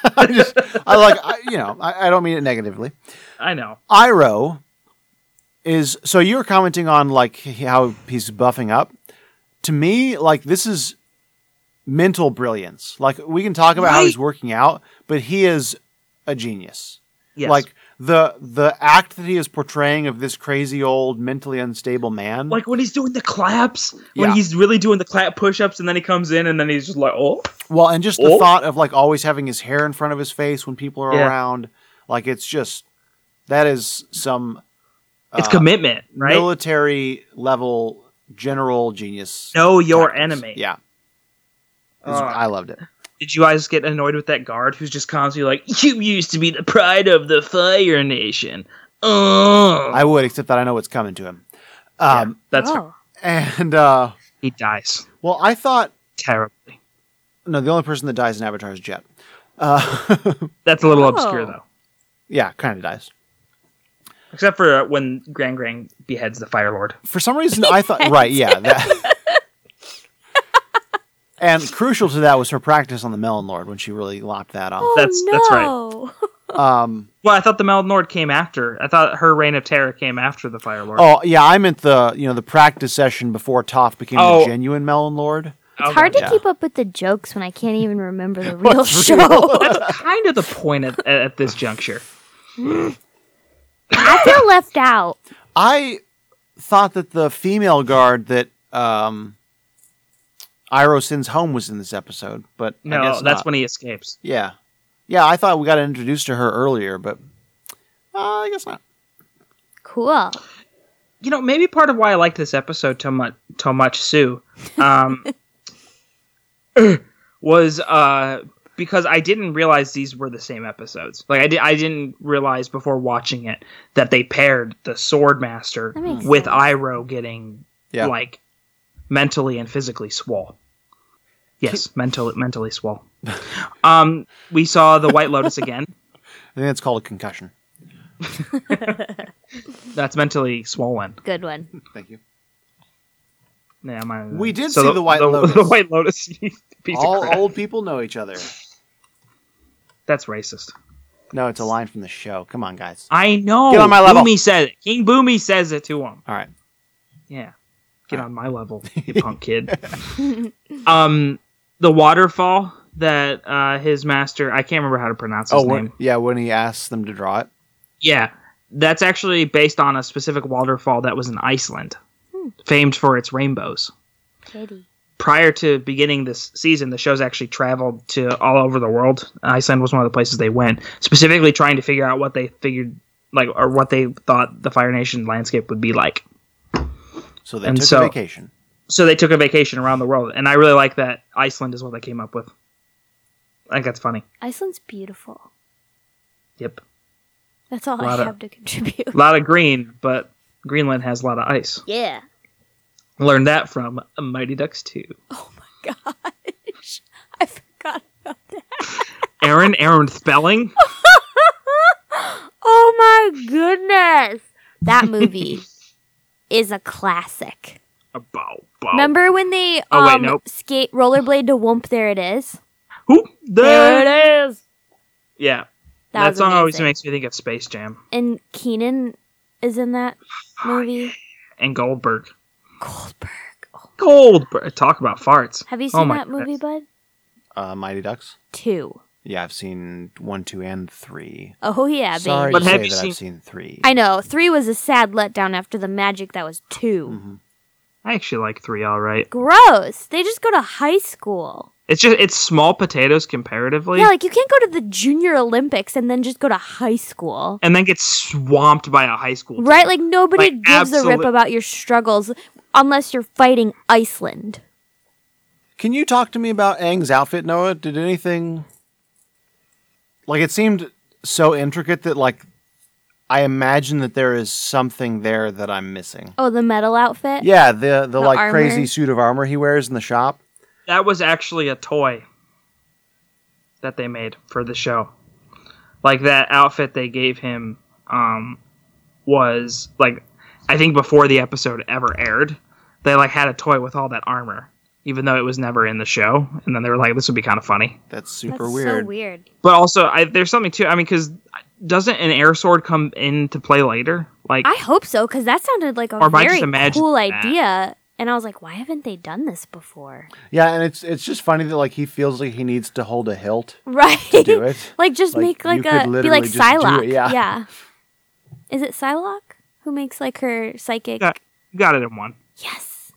Speaker 2: I just I like I, you know I, I don't mean it negatively.
Speaker 4: I know.
Speaker 2: Iro is so you were commenting on like how he's buffing up. To me, like this is mental brilliance. Like we can talk about how he's
Speaker 4: Right.
Speaker 2: working out, but he is a genius.
Speaker 4: Yes.
Speaker 2: Like the the act that he is portraying of this crazy old mentally unstable man.
Speaker 4: like when he's doing the claps, when
Speaker 2: Yeah.
Speaker 4: he's really doing the clap push-ups, and then he comes in, and then he's just like, oh,
Speaker 2: well, and just the
Speaker 4: Oh.
Speaker 2: thought of like always having his hair in front of his face when people are
Speaker 4: Yeah.
Speaker 2: around. Like it's just that is some
Speaker 4: it's
Speaker 2: uh,
Speaker 4: commitment, right?
Speaker 2: military level general genius.
Speaker 4: know your
Speaker 2: tactics.
Speaker 4: enemy.
Speaker 2: Yeah. It's- I
Speaker 4: Uh,
Speaker 2: loved it.
Speaker 4: Did you guys get annoyed with that guard who's just constantly like, you used to be the pride of the Fire Nation? Oh,
Speaker 2: I would, except that I know what's coming to him. Um,
Speaker 4: that's
Speaker 3: oh.
Speaker 2: And, uh,
Speaker 4: he dies
Speaker 2: well, I thought,
Speaker 4: terribly.
Speaker 2: no, the only person that dies in Avatar is Jet. Uh,
Speaker 4: That's a little
Speaker 3: Oh.
Speaker 4: obscure though.
Speaker 2: yeah, kind of dies.
Speaker 4: Except for uh, when Grand Grand beheads the Fire Lord.
Speaker 2: For some reason, I thought, right, yeah. That, and crucial to that was her practice on the Melon Lord when she really lopped that
Speaker 3: Oh,
Speaker 2: off.
Speaker 4: That's-
Speaker 3: no.
Speaker 4: that's right. Oh,
Speaker 3: Oh.
Speaker 2: Um,
Speaker 4: Well, I thought the Melnord came after. I thought her reign of terror came after the Fire Lord.
Speaker 2: oh, yeah, I meant the, you know, the practice session before Toph became
Speaker 4: Oh.
Speaker 2: the genuine Melon Lord.
Speaker 3: It's hard to
Speaker 2: Yeah.
Speaker 3: keep up with the jokes when I can't even remember the real
Speaker 2: What's
Speaker 3: show.
Speaker 2: real?
Speaker 4: That's kind of the point at, at this juncture.
Speaker 3: I feel left out.
Speaker 2: I thought that the female guard that um Iroh sends home was in this episode, but I
Speaker 4: No,
Speaker 2: guess
Speaker 4: that's
Speaker 2: not.
Speaker 4: when he escapes.
Speaker 2: Yeah, yeah. I thought we got introduced to her earlier, but uh, I guess not.
Speaker 3: Cool.
Speaker 4: You know, maybe part of why I liked this episode so much, so much, Sue. Um, was uh, because I didn't realize these were the same episodes. Like I did, I didn't realize before watching it that they paired the Swordmaster
Speaker 3: That makes
Speaker 4: with
Speaker 3: sense.
Speaker 4: Iroh getting
Speaker 2: Yeah.
Speaker 4: like mentally and physically swole. Yes, mental, mentally swole. Um, we saw the White Lotus again.
Speaker 2: I think that's called a concussion.
Speaker 4: That's mentally swollen.
Speaker 3: Good one.
Speaker 2: Thank you.
Speaker 4: Yeah, mine-
Speaker 2: We did see the White Lotus.
Speaker 4: The White Lotus. you Piece of
Speaker 2: All
Speaker 4: crap.
Speaker 2: old people know each other.
Speaker 4: That's racist.
Speaker 2: No, it's a line from the show. Come on, guys.
Speaker 4: I know.
Speaker 2: Get on my level.
Speaker 4: Boomy says it. King Boomy says it to him.
Speaker 2: All right.
Speaker 4: Yeah.
Speaker 2: Ah.
Speaker 4: Get on my level, you punk kid. Um, the waterfall that uh, his master, I can't remember how to pronounce
Speaker 2: oh,
Speaker 4: his name.
Speaker 2: when, yeah. When he asks them to draw it,
Speaker 4: Yeah. That's actually based on a specific waterfall that was in Iceland,
Speaker 3: Hmm.
Speaker 4: famed for its rainbows.
Speaker 3: Kitty.
Speaker 4: Prior to beginning this season, the show's actually traveled to all over the world. Iceland was one of the places they went, specifically trying to figure out what they figured, like, or what they thought the Fire Nation landscape would be like.
Speaker 2: so they
Speaker 4: And
Speaker 2: took
Speaker 4: so-
Speaker 2: a vacation.
Speaker 4: so they took a vacation around the world and i really like that iceland is what they came up with i think that's funny
Speaker 3: Iceland's beautiful.
Speaker 4: yep
Speaker 3: That's all I
Speaker 4: Lotta-
Speaker 3: have to contribute.
Speaker 4: a lot of green but greenland has a lot of ice
Speaker 3: Yeah.
Speaker 4: learned that from mighty ducks 2
Speaker 3: Oh my gosh. I forgot about that.
Speaker 4: aaron aaron spelling
Speaker 3: Oh my goodness. That movie is a classic.
Speaker 4: a bow bow
Speaker 3: Remember when they um,
Speaker 4: Oh, wait, nope.
Speaker 3: skate rollerblade to Womp? There it is.
Speaker 4: Whoop, there.
Speaker 3: it is.
Speaker 4: yeah
Speaker 3: That,
Speaker 4: that,
Speaker 3: was
Speaker 4: song always
Speaker 3: amazing.
Speaker 4: makes me think of space jam
Speaker 3: And Keenan is in that movie.
Speaker 4: and goldberg
Speaker 3: Goldberg. Oh.
Speaker 4: goldberg talk about farts
Speaker 3: Have you
Speaker 4: Oh
Speaker 3: seen
Speaker 4: my
Speaker 3: that movie, bud?
Speaker 4: goodness.
Speaker 2: Uh, Mighty Ducks.
Speaker 3: Two.
Speaker 2: Yeah, I've seen one, two, and three.
Speaker 3: Oh yeah, baby.
Speaker 2: Sorry
Speaker 4: But
Speaker 2: to
Speaker 4: have
Speaker 2: say
Speaker 4: you
Speaker 2: that
Speaker 4: seen-
Speaker 2: I've seen three.
Speaker 3: I know. Three was a sad letdown after the magic that was 2
Speaker 2: Mhm.
Speaker 4: i actually like three all right
Speaker 3: Gross. They just go to high school.
Speaker 4: it's just it's small potatoes comparatively
Speaker 3: Yeah, like you can't go to the junior Olympics and then just go to high school.
Speaker 4: and then get swamped by a high school team.
Speaker 3: Right? Like nobody
Speaker 4: Like,
Speaker 3: gives a rip
Speaker 4: absolute-
Speaker 3: about your struggles unless you're fighting Iceland.
Speaker 2: Can you talk to me about Aang's outfit, Noah? Did anything like it seemed so intricate that like I imagine that there is something there that I'm missing.
Speaker 3: Oh, the metal outfit?
Speaker 2: Yeah, the the, like
Speaker 3: armor?
Speaker 2: crazy suit of armor he wears in the shop.
Speaker 4: That was actually a toy that they made for the show. Like that outfit they gave him um, was like I think before the episode ever aired, they like had a toy with all that armor, even though it was never in the show. And then they were like, "This would be kind of funny."
Speaker 2: That's super
Speaker 3: That's
Speaker 2: weird.
Speaker 3: so weird.
Speaker 4: But also, I, there's something too. I mean, because doesn't an air sword come into play later? Like,
Speaker 3: I hope so, because that sounded like a
Speaker 4: Or am I just
Speaker 3: very
Speaker 4: imagining
Speaker 3: cool
Speaker 4: that?
Speaker 3: idea. And I was like, why haven't they done this before?
Speaker 2: Yeah, and it's it's just funny that like he feels like he needs to hold a hilt
Speaker 3: Right.
Speaker 2: to do it.
Speaker 3: Like just
Speaker 2: Like,
Speaker 3: make like
Speaker 2: you could
Speaker 3: a be like
Speaker 2: literally just do it,
Speaker 3: Psylocke.
Speaker 2: yeah.
Speaker 3: Is it Psylocke who makes like her psychic?
Speaker 4: Yeah. you got it in one.
Speaker 3: Yes.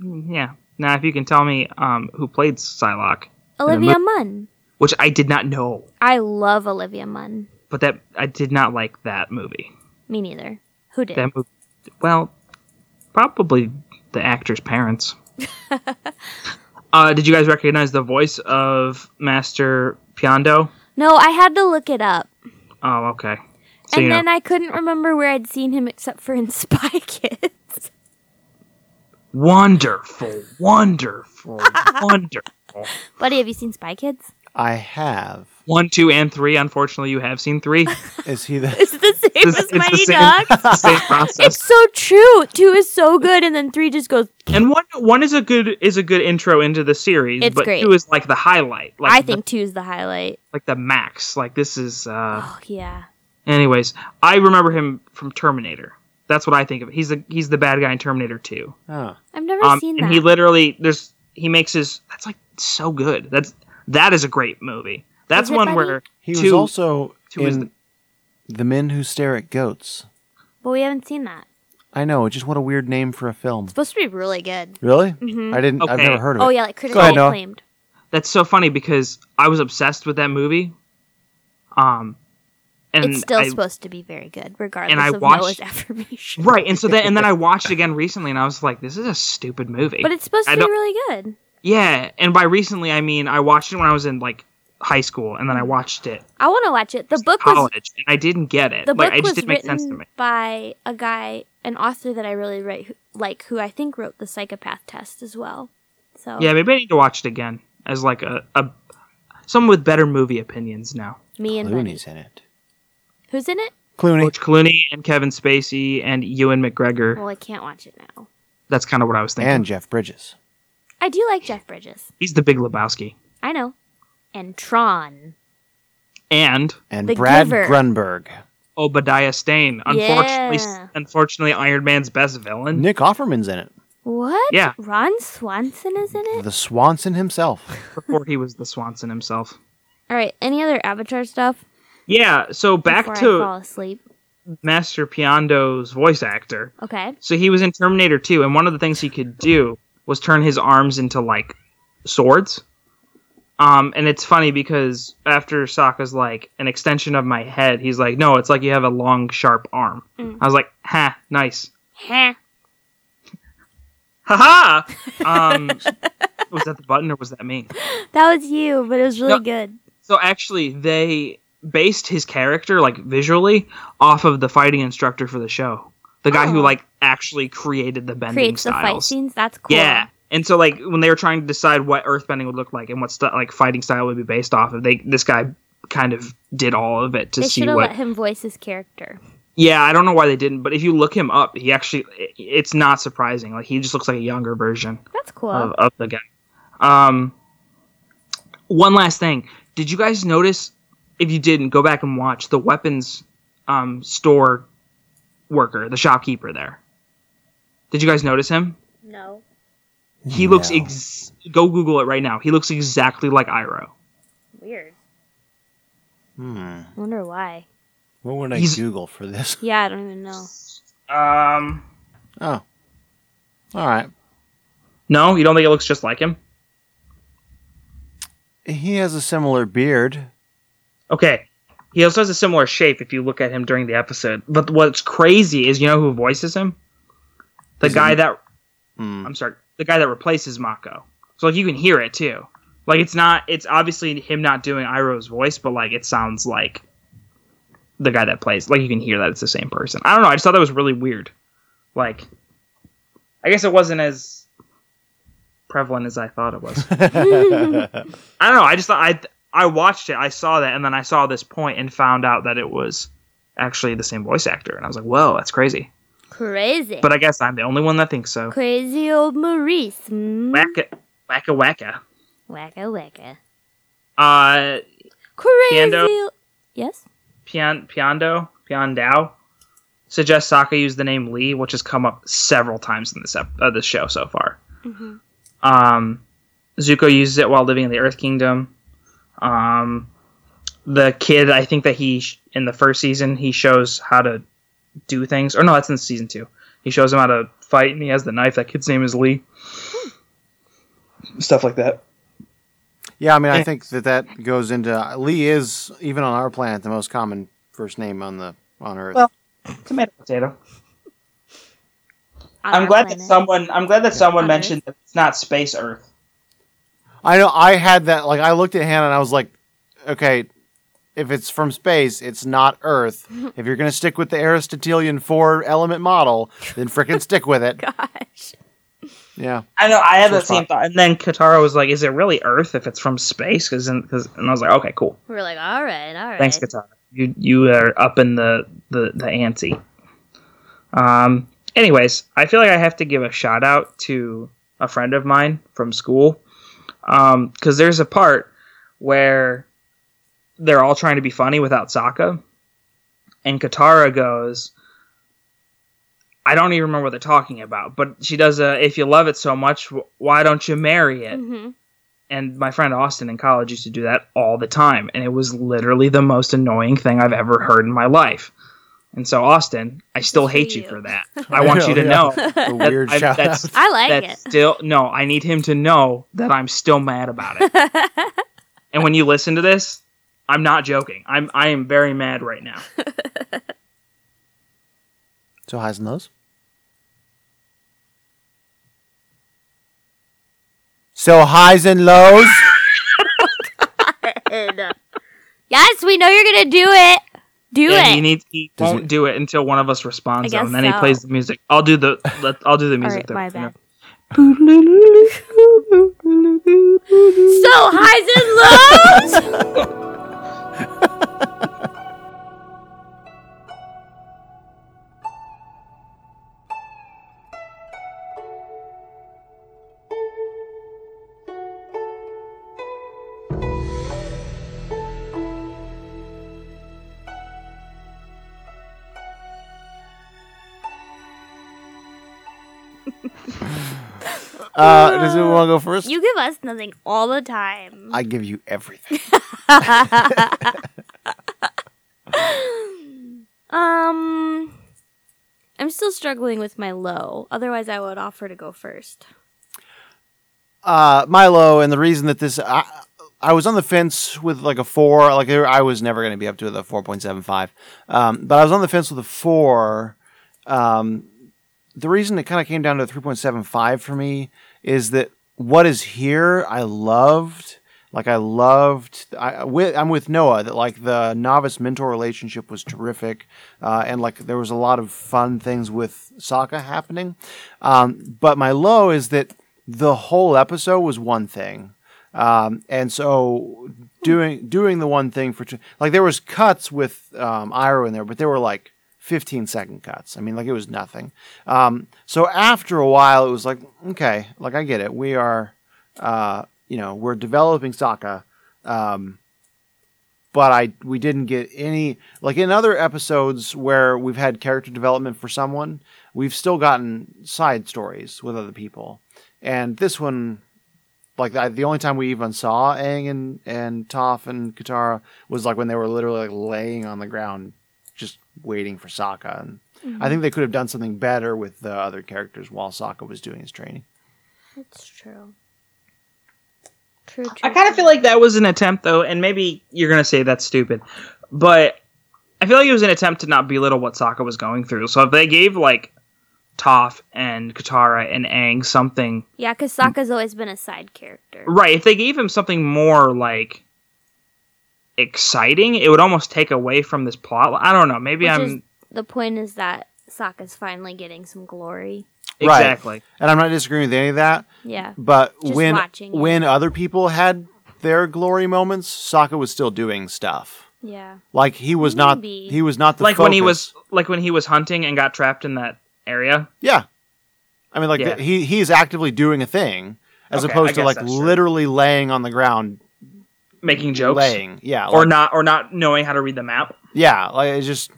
Speaker 4: Yeah. Now, if you can tell me um, who played Psylocke,
Speaker 3: Olivia Munn.
Speaker 4: which I did not know.
Speaker 3: I love Olivia Munn.
Speaker 4: but that I did not like that movie.
Speaker 3: Me neither. Who did?
Speaker 4: That movie, well, probably the actor's parents. uh, did you guys recognize the voice of Master Piondo?
Speaker 3: No, I had to look it up.
Speaker 4: Oh, okay. So
Speaker 3: and
Speaker 4: you know,
Speaker 3: then I couldn't remember where I'd seen him except for in Spy Kids.
Speaker 4: wonderful, wonderful, wonderful.
Speaker 3: Buddy, have you seen Spy Kids?
Speaker 2: I have.
Speaker 4: One, two, and three. Unfortunately, you have seen three.
Speaker 2: Is he the
Speaker 3: It's the same
Speaker 4: It's- it's
Speaker 3: as
Speaker 4: the
Speaker 3: Mighty
Speaker 4: same-
Speaker 3: Ducks.
Speaker 4: it's the same process.
Speaker 3: It's so true. Two is so good, and then three just goes.
Speaker 4: and one, one is a good is a good intro into the series,
Speaker 3: It's
Speaker 4: but
Speaker 3: great.
Speaker 4: two is like the highlight. Like
Speaker 3: I
Speaker 4: the- Uh,
Speaker 3: think two is the highlight.
Speaker 4: like the max. Like this is. Uh,
Speaker 3: Oh yeah.
Speaker 4: Anyways, I remember him from Terminator. That's what I think of. He's the he's the bad guy in Terminator 2.
Speaker 2: oh.
Speaker 3: I've never
Speaker 4: Um,
Speaker 3: seen
Speaker 4: and
Speaker 3: that.
Speaker 4: he literally there's he makes his that's like so good. That's that is a great movie. That's
Speaker 3: Is it,
Speaker 4: one
Speaker 3: buddy?
Speaker 4: where
Speaker 2: He was
Speaker 4: two,
Speaker 2: also
Speaker 4: two is
Speaker 2: in the Men Who Stare at Goats.
Speaker 3: but we haven't seen that.
Speaker 2: I know, just what a weird name for a film.
Speaker 3: supposed to be really good.
Speaker 2: Really?
Speaker 3: Mhm.
Speaker 2: I didn't. I've
Speaker 4: Okay.
Speaker 2: never heard of
Speaker 3: Oh
Speaker 2: it.
Speaker 3: yeah, like
Speaker 2: Go
Speaker 3: critically
Speaker 2: ahead, Noah.
Speaker 3: acclaimed.
Speaker 4: that's so funny because I was obsessed with that movie. Um and
Speaker 3: it's still
Speaker 4: I,
Speaker 3: supposed to be very good, regardless
Speaker 4: I
Speaker 3: of
Speaker 4: watched-
Speaker 3: Noah's affirmation.
Speaker 4: Right, and so then and then I watched it again recently and I was like, this is a stupid movie.
Speaker 3: But it's supposed
Speaker 4: I
Speaker 3: to be
Speaker 4: don't-
Speaker 3: really good.
Speaker 4: Yeah, and by recently I mean I watched it when I was in like high school, and then I watched it
Speaker 3: I want to watch it. The book was
Speaker 4: college, and I didn't get it.
Speaker 3: the
Speaker 4: Oh, like
Speaker 3: book
Speaker 4: I just
Speaker 3: was
Speaker 4: didn't make sense to
Speaker 3: written
Speaker 4: me.
Speaker 3: by a guy, an author that I really write, who, like who I think wrote the Psychopath Test as well. So
Speaker 4: Yeah, maybe I need to watch it again as like a, a someone with better movie opinions now.
Speaker 3: me and Buddy.
Speaker 2: Clooney's in it.
Speaker 3: who's in it?
Speaker 2: Clooney.
Speaker 4: Coach Clooney and Kevin Spacey and Ewan McGregor.
Speaker 3: Well, I can't watch it now.
Speaker 4: That's kind of what I was thinking.
Speaker 2: and Jeff Bridges.
Speaker 3: I do like Jeff Bridges.
Speaker 4: He's the Big Lebowski.
Speaker 3: I know, and Tron.
Speaker 4: And
Speaker 2: And
Speaker 3: The
Speaker 2: Brad
Speaker 3: Giver.
Speaker 2: Grunberg.
Speaker 4: Obadiah Stane. Unfortunately,
Speaker 3: Yeah.
Speaker 4: unfortunately, Iron Man's best villain.
Speaker 2: Nick Offerman's in it.
Speaker 3: What?
Speaker 4: Yeah.
Speaker 3: Ron Swanson is in it.
Speaker 2: The Swanson himself.
Speaker 4: before he was the Swanson himself.
Speaker 3: All right. Any other Avatar stuff?
Speaker 4: Yeah, so back
Speaker 3: before I
Speaker 4: to
Speaker 3: fall asleep.
Speaker 4: Master Piondo's voice actor.
Speaker 3: Okay.
Speaker 4: So he was in Terminator 2, and one of the things he could do was turn his arms into like swords. Um, and it's funny because after Sokka's like an extension of my head, he's like, "No, it's like you have a long, sharp arm."
Speaker 3: Mm.
Speaker 4: I was like, "Ha, nice,
Speaker 3: Heh.
Speaker 4: ha ha." Um, was that the button or was that me?
Speaker 3: That was you, but it was really
Speaker 4: No.
Speaker 3: good.
Speaker 4: So actually, they based his character like visually off of the fighting instructor for the show, the guy who
Speaker 3: Oh.
Speaker 4: like actually created the bending
Speaker 3: Creates the fight
Speaker 4: styles.
Speaker 3: scenes. That's cool.
Speaker 4: Yeah. And so like when they were trying to decide what earthbending would look like and what st- like fighting style would be based off of, they this guy kind of did all of it to
Speaker 3: They
Speaker 4: see
Speaker 3: should have
Speaker 4: what
Speaker 3: let him voice his character.
Speaker 4: Yeah, I don't know why they didn't, but if you look him up, he actually i- it's not surprising. Like he just looks like a younger version
Speaker 3: That's cool.
Speaker 4: of, of the guy. Um one last thing. Did you guys notice if you didn't go back and watch the weapons um store worker, the shopkeeper there? Did you guys notice him?
Speaker 3: no.
Speaker 4: He looks
Speaker 2: No.
Speaker 4: ex- go Google it right now. He looks exactly like Iroh.
Speaker 3: Weird.
Speaker 2: Hmm.
Speaker 3: Wonder why.
Speaker 2: What would I
Speaker 4: He's-
Speaker 2: Google for this?
Speaker 3: Yeah, I don't even know.
Speaker 4: Um,
Speaker 2: Oh. All right.
Speaker 4: no, you don't think it looks just like him?
Speaker 2: He has a similar beard.
Speaker 4: Okay. He also has a similar shape if you look at him during the episode. But what's crazy is you know who voices him? The
Speaker 2: Is it-
Speaker 4: guy that
Speaker 2: Hmm.
Speaker 4: I'm sorry, the guy that replaces Mako. So like you can hear it too. Like it's not it's obviously him not doing Iroh's voice, but like it sounds like the guy that plays. Like you can hear that it's the same person. I don't know, I just thought that was really weird. Like I guess it wasn't as prevalent as I thought it was. I don't know, I just thought I I watched it, I saw that and then I saw this point and found out that it was actually the same voice actor and I was like, "Whoa, that's crazy."
Speaker 3: Crazy.
Speaker 4: But uh, I guess I'm the only one that thinks so.
Speaker 3: Crazy old Maurice. Mm.
Speaker 4: Wacka wacka wacka.
Speaker 3: Wacka wacka.
Speaker 4: uh
Speaker 3: Crazy.
Speaker 4: Gando.
Speaker 3: o- Yes.
Speaker 4: Pian Piando Piandao suggests Sokka use the name Lee, which has come up several times in this ep- uh, this show so far.
Speaker 3: Mhm.
Speaker 4: Um, Zuko uses it while living in the Earth Kingdom. Um, the kid, I think that he sh- in the first season he shows how to do things, or no, that's in season two. He shows him how to fight, and he has the knife. That kid's name is Lee. Stuff like that.
Speaker 2: Yeah, I mean, I
Speaker 4: Yeah.
Speaker 2: think that that goes into uh, Lee is even on our planet the most common first name on the on Earth.
Speaker 4: Well, Tomato potato.
Speaker 3: On
Speaker 4: I'm
Speaker 3: our
Speaker 4: glad that
Speaker 3: planet.
Speaker 4: someone. I'm glad that someone
Speaker 3: Earth.
Speaker 4: mentioned that it's not space Earth.
Speaker 2: I know I had that. Like, I looked at Hannah and I was like, okay, if it's from space, it's not Earth. if you're gonna stick with the Aristotelian four element model, then frickin' stick with it.
Speaker 3: Gosh.
Speaker 2: Yeah.
Speaker 4: I know I had
Speaker 2: Sure
Speaker 4: that same
Speaker 2: spot.
Speaker 4: thought, and then Katara was like, "Is it really Earth if it's from space?" Because and I was like, "Okay, cool.
Speaker 3: We're like, all right, all right.
Speaker 4: Thanks, Katara. You you are up in the the the ante." Um. Anyways, I feel like I have to give a shout out to a friend of mine from school, um, because there's a part where they're all trying to be funny without Sokka, and Katara goes. I don't even remember what they're talking about, but she does a if you love it so much, wh- why don't you marry it?
Speaker 3: hmm
Speaker 4: and my friend Austin in college used to do that all the time, and it was literally the most annoying thing I've ever heard in my life. And so, Austin, I still
Speaker 3: for
Speaker 4: hate you
Speaker 3: you.
Speaker 4: for that. I want you to
Speaker 2: Yeah.
Speaker 4: know
Speaker 2: A
Speaker 4: that
Speaker 2: weird
Speaker 4: I-
Speaker 2: shout
Speaker 4: that's,
Speaker 2: out.
Speaker 3: I like
Speaker 4: that's still no. I need him to know that I'm still mad about it.
Speaker 3: it.
Speaker 4: and when you listen to this, I'm not joking. I'm I am very mad right now.
Speaker 2: So highs and lows. So highs and lows.
Speaker 3: yes, we know you're gonna do it. Do
Speaker 4: yeah,
Speaker 3: it.
Speaker 4: he needs he
Speaker 2: Does
Speaker 4: won't do it until one of us responds
Speaker 3: I
Speaker 4: though, and
Speaker 3: guess
Speaker 4: then he
Speaker 3: so.
Speaker 4: plays the music. I'll do the let, I'll do the
Speaker 3: All
Speaker 4: music
Speaker 3: right,
Speaker 4: though.
Speaker 3: my bad. so highs and lows.
Speaker 2: Uh, does anyone want to go first?
Speaker 3: you give us nothing all the time.
Speaker 2: I give you everything.
Speaker 3: um, I'm still struggling with my low. Otherwise, I would offer to go first.
Speaker 2: Uh, Milo, and the reason that this, I, I was on the fence with like a four. Like there- I was never going to be up to the four point seven five, um, but I was on the fence with a four. Um, the reason it kind of came down to three point seven five for me is that what is here I loved. Like I loved, I, with, I'm with Noah. That like the novice mentor relationship was terrific, uh, and like there was a lot of fun things with Sokka happening. Um, but my low is that the whole episode was one thing, um, and so doing doing the one thing for two, like there was cuts with um, Iroh in there, but they were like 15 second cuts. I mean, like it was nothing. Um, so after a while, it was like okay, like I get it. We are, uh, you know, we're developing Sokka. Um, but I we didn't get any like in other episodes where we've had character development for someone, we've still gotten side stories with other people. And this one, like I, the only time we even saw Aang and and Toph and Katara was like when they were literally like laying on the ground, just waiting for Sokka. And
Speaker 3: Mm-hmm.
Speaker 2: I think they could have done something better with the other characters while Sokka was doing his training.
Speaker 3: That's true. True. true
Speaker 4: I kind of feel like that was an attempt, though, and maybe you're gonna say that's stupid, but I feel like it was an attempt to not belittle what Sokka was going through. So if they gave like Toph and Katara and Aang something,
Speaker 3: yeah, because Sokka's always been a side character.
Speaker 4: right? If they gave him something more like exciting, it would almost take away from this plot. I don't know. Maybe
Speaker 3: Which
Speaker 4: I'm
Speaker 3: is- the point is that Sokka's finally getting some glory.
Speaker 2: Right.
Speaker 4: exactly
Speaker 2: And I'm not disagreeing with any of that.
Speaker 3: Yeah.
Speaker 2: But
Speaker 3: Just
Speaker 2: when
Speaker 3: watching it.
Speaker 2: when other people had their glory moments, Sokka was still doing stuff.
Speaker 3: Yeah.
Speaker 2: Like he was
Speaker 3: Maybe.
Speaker 2: not he was not the
Speaker 4: like when he
Speaker 2: focus.
Speaker 4: was like when he was hunting and got trapped in that area.
Speaker 2: Yeah. I mean, like,
Speaker 4: Yeah.
Speaker 2: th- he he's actively doing a thing as
Speaker 4: Okay, I
Speaker 2: opposed to,
Speaker 4: guess
Speaker 2: like,
Speaker 4: that's true.
Speaker 2: literally laying on the ground,
Speaker 4: Making jokes
Speaker 2: laying. Yeah.
Speaker 4: or
Speaker 2: like-
Speaker 4: not, or not knowing how to read the map.
Speaker 2: Yeah. Like, it's just,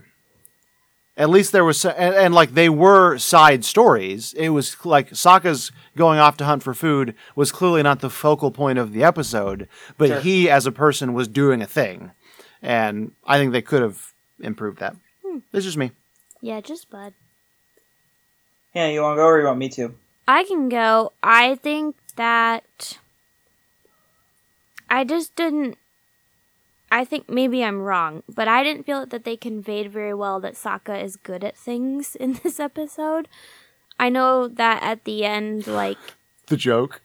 Speaker 2: at least there was, so- and, and, like, they were side stories. It was, like, Sokka's going off to hunt for food was clearly not the focal point of the episode, but
Speaker 4: Sure.
Speaker 2: he, as a person, was doing a thing. And I think they could have improved that.
Speaker 4: Hmm.
Speaker 2: It's just me.
Speaker 3: Yeah, just Bud.
Speaker 4: Yeah, you want to go or you want me to?
Speaker 3: I can go. I think that I just didn't. I think maybe I'm wrong, but I didn't feel that they conveyed very well that Sokka is good at things in this episode. I know that at the end, like,
Speaker 2: The joke.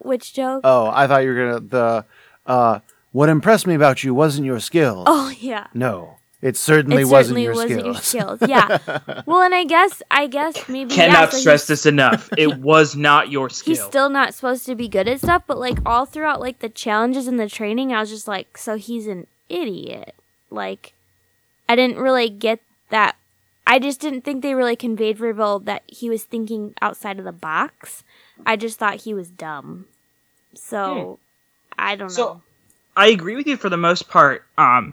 Speaker 3: which joke?
Speaker 2: Oh, I thought you were gonna the. Uh, what impressed me about you wasn't your skill.
Speaker 3: oh yeah.
Speaker 2: No, it certainly
Speaker 3: it
Speaker 2: wasn't
Speaker 3: certainly
Speaker 2: your
Speaker 3: wasn't your
Speaker 2: skills.
Speaker 3: skills. Yeah. well, and I guess I guess maybe yeah,
Speaker 4: Cannot
Speaker 3: so he-
Speaker 4: stress this enough. It was not your skill.
Speaker 3: He's still not supposed to be good at stuff, but like all throughout like the challenges and the training, I was just like, so he's an idiot. Like, I didn't really get that. I just didn't think they really conveyed very well that he was thinking outside of the box. I just thought he was dumb. So, I don't know.
Speaker 4: So- I agree with you for the most part. Um,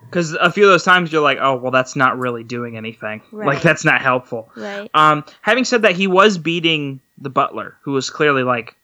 Speaker 4: because a few of those times you're like, oh well, that's not really doing anything.
Speaker 3: Right.
Speaker 4: Like that's not helpful.
Speaker 3: Right?
Speaker 4: Um, having said that, he was beating the butler, who was clearly like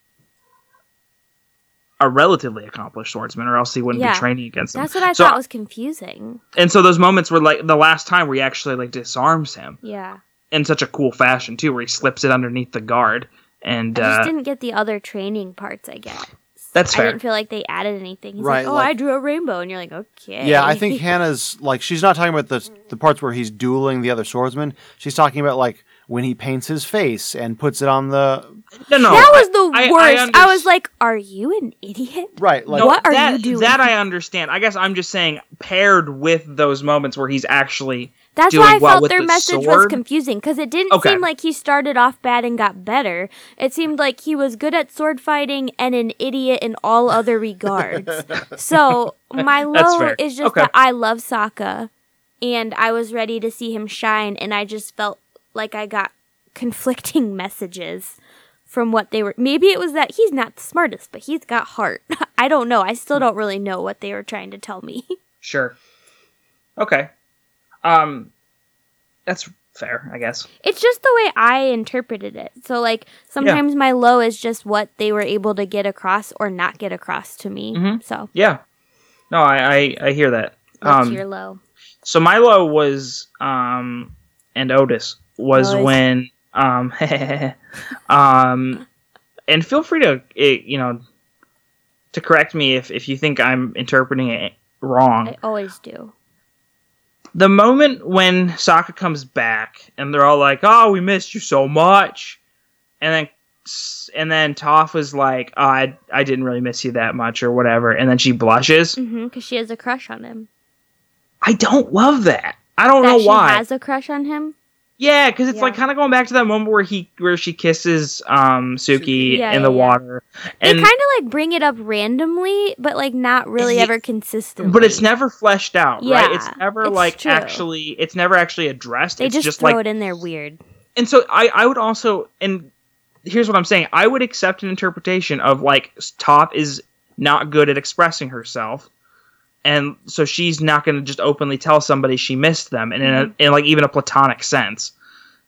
Speaker 4: a relatively accomplished swordsman, or else he wouldn't
Speaker 3: Yeah.
Speaker 4: be training against him.
Speaker 3: That's what I
Speaker 4: so-
Speaker 3: thought was confusing.
Speaker 4: and so those moments were like the last time where he actually like disarms him
Speaker 3: Yeah.
Speaker 4: in such a cool fashion too, where he slips it underneath the guard. And
Speaker 3: I just
Speaker 4: uh,
Speaker 3: didn't get the other training parts, I guess.
Speaker 4: That's
Speaker 3: I
Speaker 4: fair.
Speaker 3: didn't feel like they added anything. He's
Speaker 2: Right,
Speaker 3: like, oh,
Speaker 2: like-
Speaker 3: I drew a rainbow. And you're like, okay.
Speaker 2: Yeah, I think Hannah's like she's not talking about the the parts where he's dueling the other swordsman. She's talking about like when he paints his face and puts it on the
Speaker 4: No, no.
Speaker 3: that was the
Speaker 4: I- I
Speaker 3: worst. I,
Speaker 4: underst-
Speaker 3: was like, "Are you an idiot?"
Speaker 2: right like
Speaker 4: No,
Speaker 3: What are
Speaker 4: that,
Speaker 3: you doing?
Speaker 4: That I understand. I guess I'm just saying, paired with those moments where he's actually
Speaker 3: That's
Speaker 4: doing
Speaker 3: why I
Speaker 4: well
Speaker 3: felt
Speaker 4: with
Speaker 3: their
Speaker 4: the
Speaker 3: message was
Speaker 4: sword?
Speaker 3: confusing because it didn't
Speaker 4: Okay.
Speaker 3: seem like he started off bad and got better. It seemed like he was good at sword fighting and an idiot in all other regards. so my
Speaker 4: That's
Speaker 3: low
Speaker 4: fair.
Speaker 3: is just
Speaker 4: Okay.
Speaker 3: that I love Sokka, and I was ready to see him shine, and I just felt like I got conflicting messages from what they were. Maybe it was that he's not the smartest, but he's got heart. I don't know. I
Speaker 4: Hmm.
Speaker 3: still don't really know what they were trying to tell me.
Speaker 4: sure. Okay. Um, that's fair, I guess.
Speaker 3: It's just the way I interpreted it. So like sometimes my low is just what they were able to get across or not get across to me.
Speaker 4: Mhm.
Speaker 3: So
Speaker 4: Yeah. No, I I, I hear that.
Speaker 3: what's
Speaker 4: Um,
Speaker 3: your low?
Speaker 4: So Milo was um and Otis was
Speaker 3: Nice.
Speaker 4: when um um and feel free to eh, you know to correct me if if you think I'm interpreting it wrong.
Speaker 3: I always do.
Speaker 4: The moment when Sokka comes back and they're all like, "Oh, we missed you so much," and then s- and then Toph was like, oh, "I I didn't really miss you that much" or whatever, and then she blushes.
Speaker 3: Mhm cuz she has a crush on him.
Speaker 4: I don't love that. I don't
Speaker 3: that
Speaker 4: know why.
Speaker 3: she has a crush on him?
Speaker 4: Yeah, because it's
Speaker 3: Yeah.
Speaker 4: like kind of going back to that moment where he where she kisses um Suki
Speaker 3: Yeah,
Speaker 4: in the
Speaker 3: yeah, yeah.
Speaker 4: water,
Speaker 3: they
Speaker 4: and
Speaker 3: kind of like bring it up randomly, but like not really
Speaker 4: Ye-
Speaker 3: ever consistently.
Speaker 4: but it's never fleshed out, right? It's
Speaker 3: Yeah,
Speaker 4: never
Speaker 3: it's
Speaker 4: like
Speaker 3: true.
Speaker 4: actually, it's never actually addressed.
Speaker 3: they
Speaker 4: it's
Speaker 3: just,
Speaker 4: just
Speaker 3: throw
Speaker 4: like,
Speaker 3: it in there weird.
Speaker 4: and so I I would also and here's what I'm saying: I would accept an interpretation of like Top is not good at expressing herself. And so she's not going to just openly tell somebody she missed them, and in,
Speaker 3: Mhm.
Speaker 4: a, in like even a platonic sense.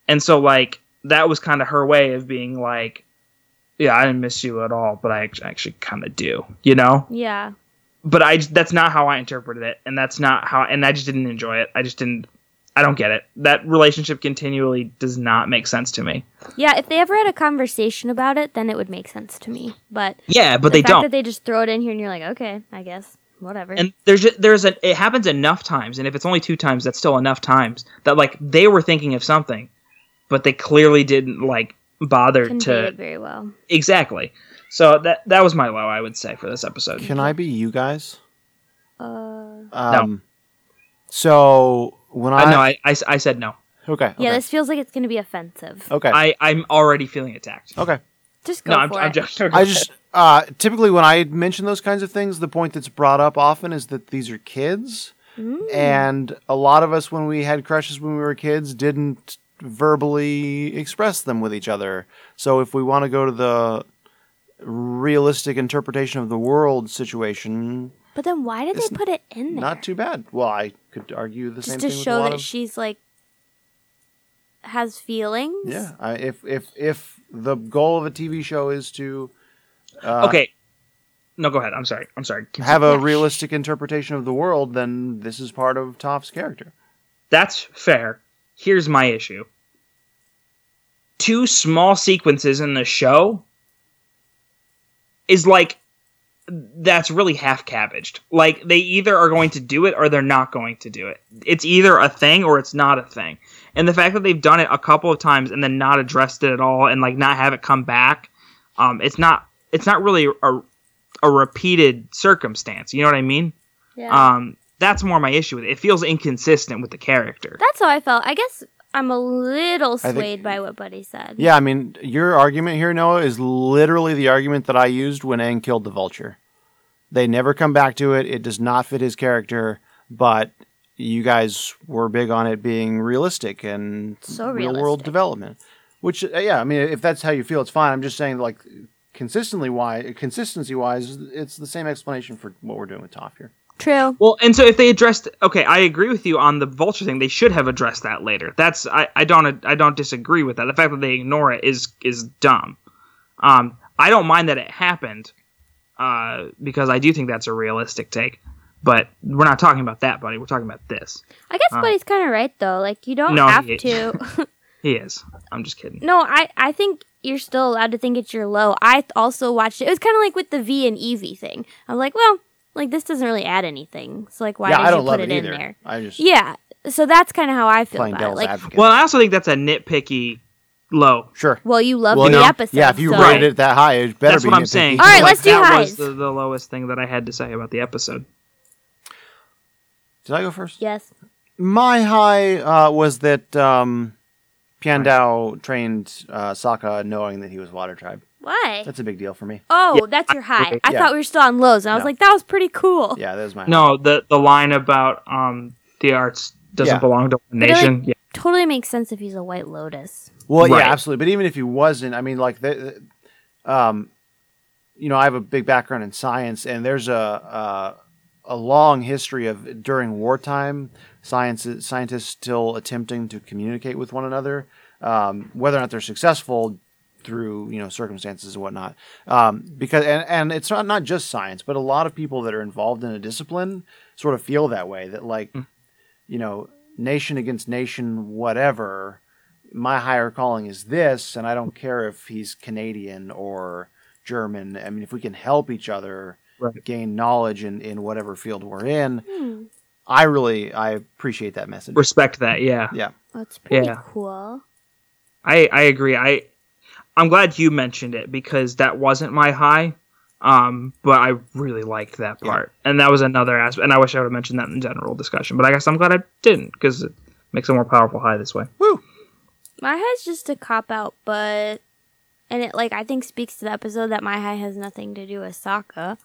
Speaker 4: And so like that was kind of her way of being like, yeah, I didn't miss you at all, but I act- actually kind of do, you know.
Speaker 3: Yeah.
Speaker 4: But I just- that's not how I interpreted it, and that's not how, and I just didn't enjoy it. I just didn't. I don't get it. That relationship continually does not make sense to me.
Speaker 3: Yeah, if they ever had a conversation about it, then it would make sense to me. But
Speaker 4: Yeah, but
Speaker 3: the
Speaker 4: they
Speaker 3: fact
Speaker 4: don't.
Speaker 3: that they just throw it in here and you're like, "Okay, I guess. Whatever."
Speaker 4: and there's ju- there's a it happens enough times, and if it's only two times, that's still enough times that like they were thinking of something, but they clearly didn't like bother
Speaker 3: Convey
Speaker 4: to
Speaker 3: it very well.
Speaker 4: exactly. So that that was my low, I would say, for this episode.
Speaker 2: can I be you guys
Speaker 3: Uh,
Speaker 2: um so when I,
Speaker 4: I Uh, no, I, I s- I said no.
Speaker 2: okay
Speaker 3: Yeah,
Speaker 2: okay Oh.
Speaker 3: this feels like it's going to be offensive.
Speaker 2: okay
Speaker 4: I I'm already feeling attacked.
Speaker 2: okay
Speaker 3: Just go
Speaker 4: No, I'm,
Speaker 3: for
Speaker 4: I'm
Speaker 3: it.
Speaker 4: joking.
Speaker 2: I just uh, typically when I mention those kinds of things, the point that's brought up often is that these are kids,
Speaker 3: Mm.
Speaker 2: and a lot of us when we had crushes when we were kids didn't verbally express them with each other. So if we want to go to the realistic interpretation of the world situation,
Speaker 3: But then why did
Speaker 2: It's
Speaker 3: they put it in there?
Speaker 2: not too bad. Well, I could argue the same
Speaker 3: just to
Speaker 2: thing with
Speaker 3: show
Speaker 2: a lot
Speaker 3: that
Speaker 2: of
Speaker 3: she's like has feelings.
Speaker 2: yeah. I, if if if the goal of a TV show is to uh,
Speaker 4: okay. No, go ahead. I'm sorry. I'm sorry.
Speaker 2: have a
Speaker 3: Yeah.
Speaker 2: realistic interpretation of the world, then this is part of Toph's character.
Speaker 4: That's fair. Here's my issue. Two small sequences in the show is like that's really half cabbaged. Like they either are going to do it or they're not going to do it. It's either a thing or it's not a thing. And the fact that they've done it a couple of times and then not addressed it at all and like not have it come back, um, it's not it's not really a a repeated circumstance. You know what I mean?
Speaker 3: Yeah.
Speaker 4: Um, that's more my issue with it. It feels inconsistent with the character.
Speaker 3: That's how I felt. I guess I'm a little
Speaker 2: think-
Speaker 3: swayed by what Buddy said.
Speaker 2: Yeah, I mean, your argument here, Noah, is literally the argument that I used when Aang killed the vulture. They never come back to it. It does not fit his character, but you guys were big on it being realistic and
Speaker 3: So
Speaker 2: real world
Speaker 3: realistic.
Speaker 2: development. Which, uh, yeah, I mean, if that's how you feel, it's fine. I'm just saying, like, consistently wise, consistency wise, it's the same explanation for what we're doing with Toph here.
Speaker 3: True.
Speaker 4: Well, and so if they addressed, okay, I agree with you on the vulture thing. They should have addressed that later. That's I, I don't I don't disagree with that. The fact that they ignore it is is dumb. Um, I don't mind that it happened, uh, because I do think that's a realistic take. But we're not talking about that, buddy. We're talking about this.
Speaker 3: I guess
Speaker 2: Ah.
Speaker 4: Uh,
Speaker 3: Buddy's kind of right though. Like you don't
Speaker 4: No,
Speaker 3: have
Speaker 4: he-
Speaker 3: to.
Speaker 4: He is. I'm just kidding.
Speaker 3: no, I I think you're still allowed to think it's your low. I th- also watched it. It was kind of like with the V and Eevee thing. I was like, well, like this doesn't really add anything. So like, why
Speaker 2: yeah,
Speaker 3: did
Speaker 2: I don't
Speaker 3: you
Speaker 2: love
Speaker 3: put
Speaker 2: it
Speaker 3: it, in
Speaker 2: either.
Speaker 3: there?
Speaker 2: I just
Speaker 3: Yeah. So that's kind of how I feel
Speaker 2: playing
Speaker 3: about it.
Speaker 2: devil's
Speaker 3: Like,
Speaker 2: advocate.
Speaker 4: Well, I also think that's a nitpicky low.
Speaker 2: Sure.
Speaker 3: Well, you love
Speaker 2: Well,
Speaker 3: the
Speaker 2: you know,
Speaker 3: episode.
Speaker 2: Yeah, if you
Speaker 3: so-
Speaker 2: rated it that high, it better
Speaker 4: That's
Speaker 2: be
Speaker 4: what I'm
Speaker 2: nitpicky.
Speaker 4: saying.
Speaker 3: All right, let's do
Speaker 4: that
Speaker 3: highs.
Speaker 4: was the, the lowest thing that I had to say about the episode.
Speaker 2: Did I go first?
Speaker 3: Yes.
Speaker 2: My high uh, was that um, Pian Dao trained uh, Sokka knowing that he was Water Tribe.
Speaker 3: Why?
Speaker 2: That's a big deal for me.
Speaker 3: oh, that's your high. I
Speaker 2: Yeah.
Speaker 3: thought we were still on lows, and I was
Speaker 2: No.
Speaker 3: like, that was pretty cool.
Speaker 2: Yeah, that was my
Speaker 4: No, the the line about um the arts doesn't
Speaker 2: Yeah.
Speaker 4: belong to one
Speaker 3: But it, like,
Speaker 4: nation. yeah.
Speaker 3: Totally makes sense if he's a White Lotus.
Speaker 2: Well,
Speaker 4: Right.
Speaker 2: yeah, absolutely. But even if he wasn't, I mean, like, the, the- um, you know, I have a big background in science, and there's a uh, a long history of during wartime science scientists still attempting to communicate with one another, um, whether or not they're successful through you know circumstances and whatnot. Um, because and, and it's not not just science, but a lot of people that are involved in a discipline sort of feel that way. That like, you know, nation against nation, whatever my higher calling is this, and I don't care if he's Canadian or German. I mean, if we can help each other
Speaker 4: Right.
Speaker 2: gain knowledge in, in whatever field we're in,
Speaker 3: Hmm.
Speaker 2: I really I appreciate that message.
Speaker 4: Respect that. Yeah.
Speaker 3: That's pretty
Speaker 4: Yeah.
Speaker 3: cool.
Speaker 4: I I agree. I I'm glad you mentioned it because that wasn't my high. Um, but I really liked that
Speaker 2: Yeah.
Speaker 4: part, and that was another aspect. And I wish I would have mentioned that in general discussion, but I guess I'm glad I didn't because it makes a more powerful high this way.
Speaker 3: My high's just a cop out, but and it like I think speaks to the episode that my high has nothing to do with Sokka.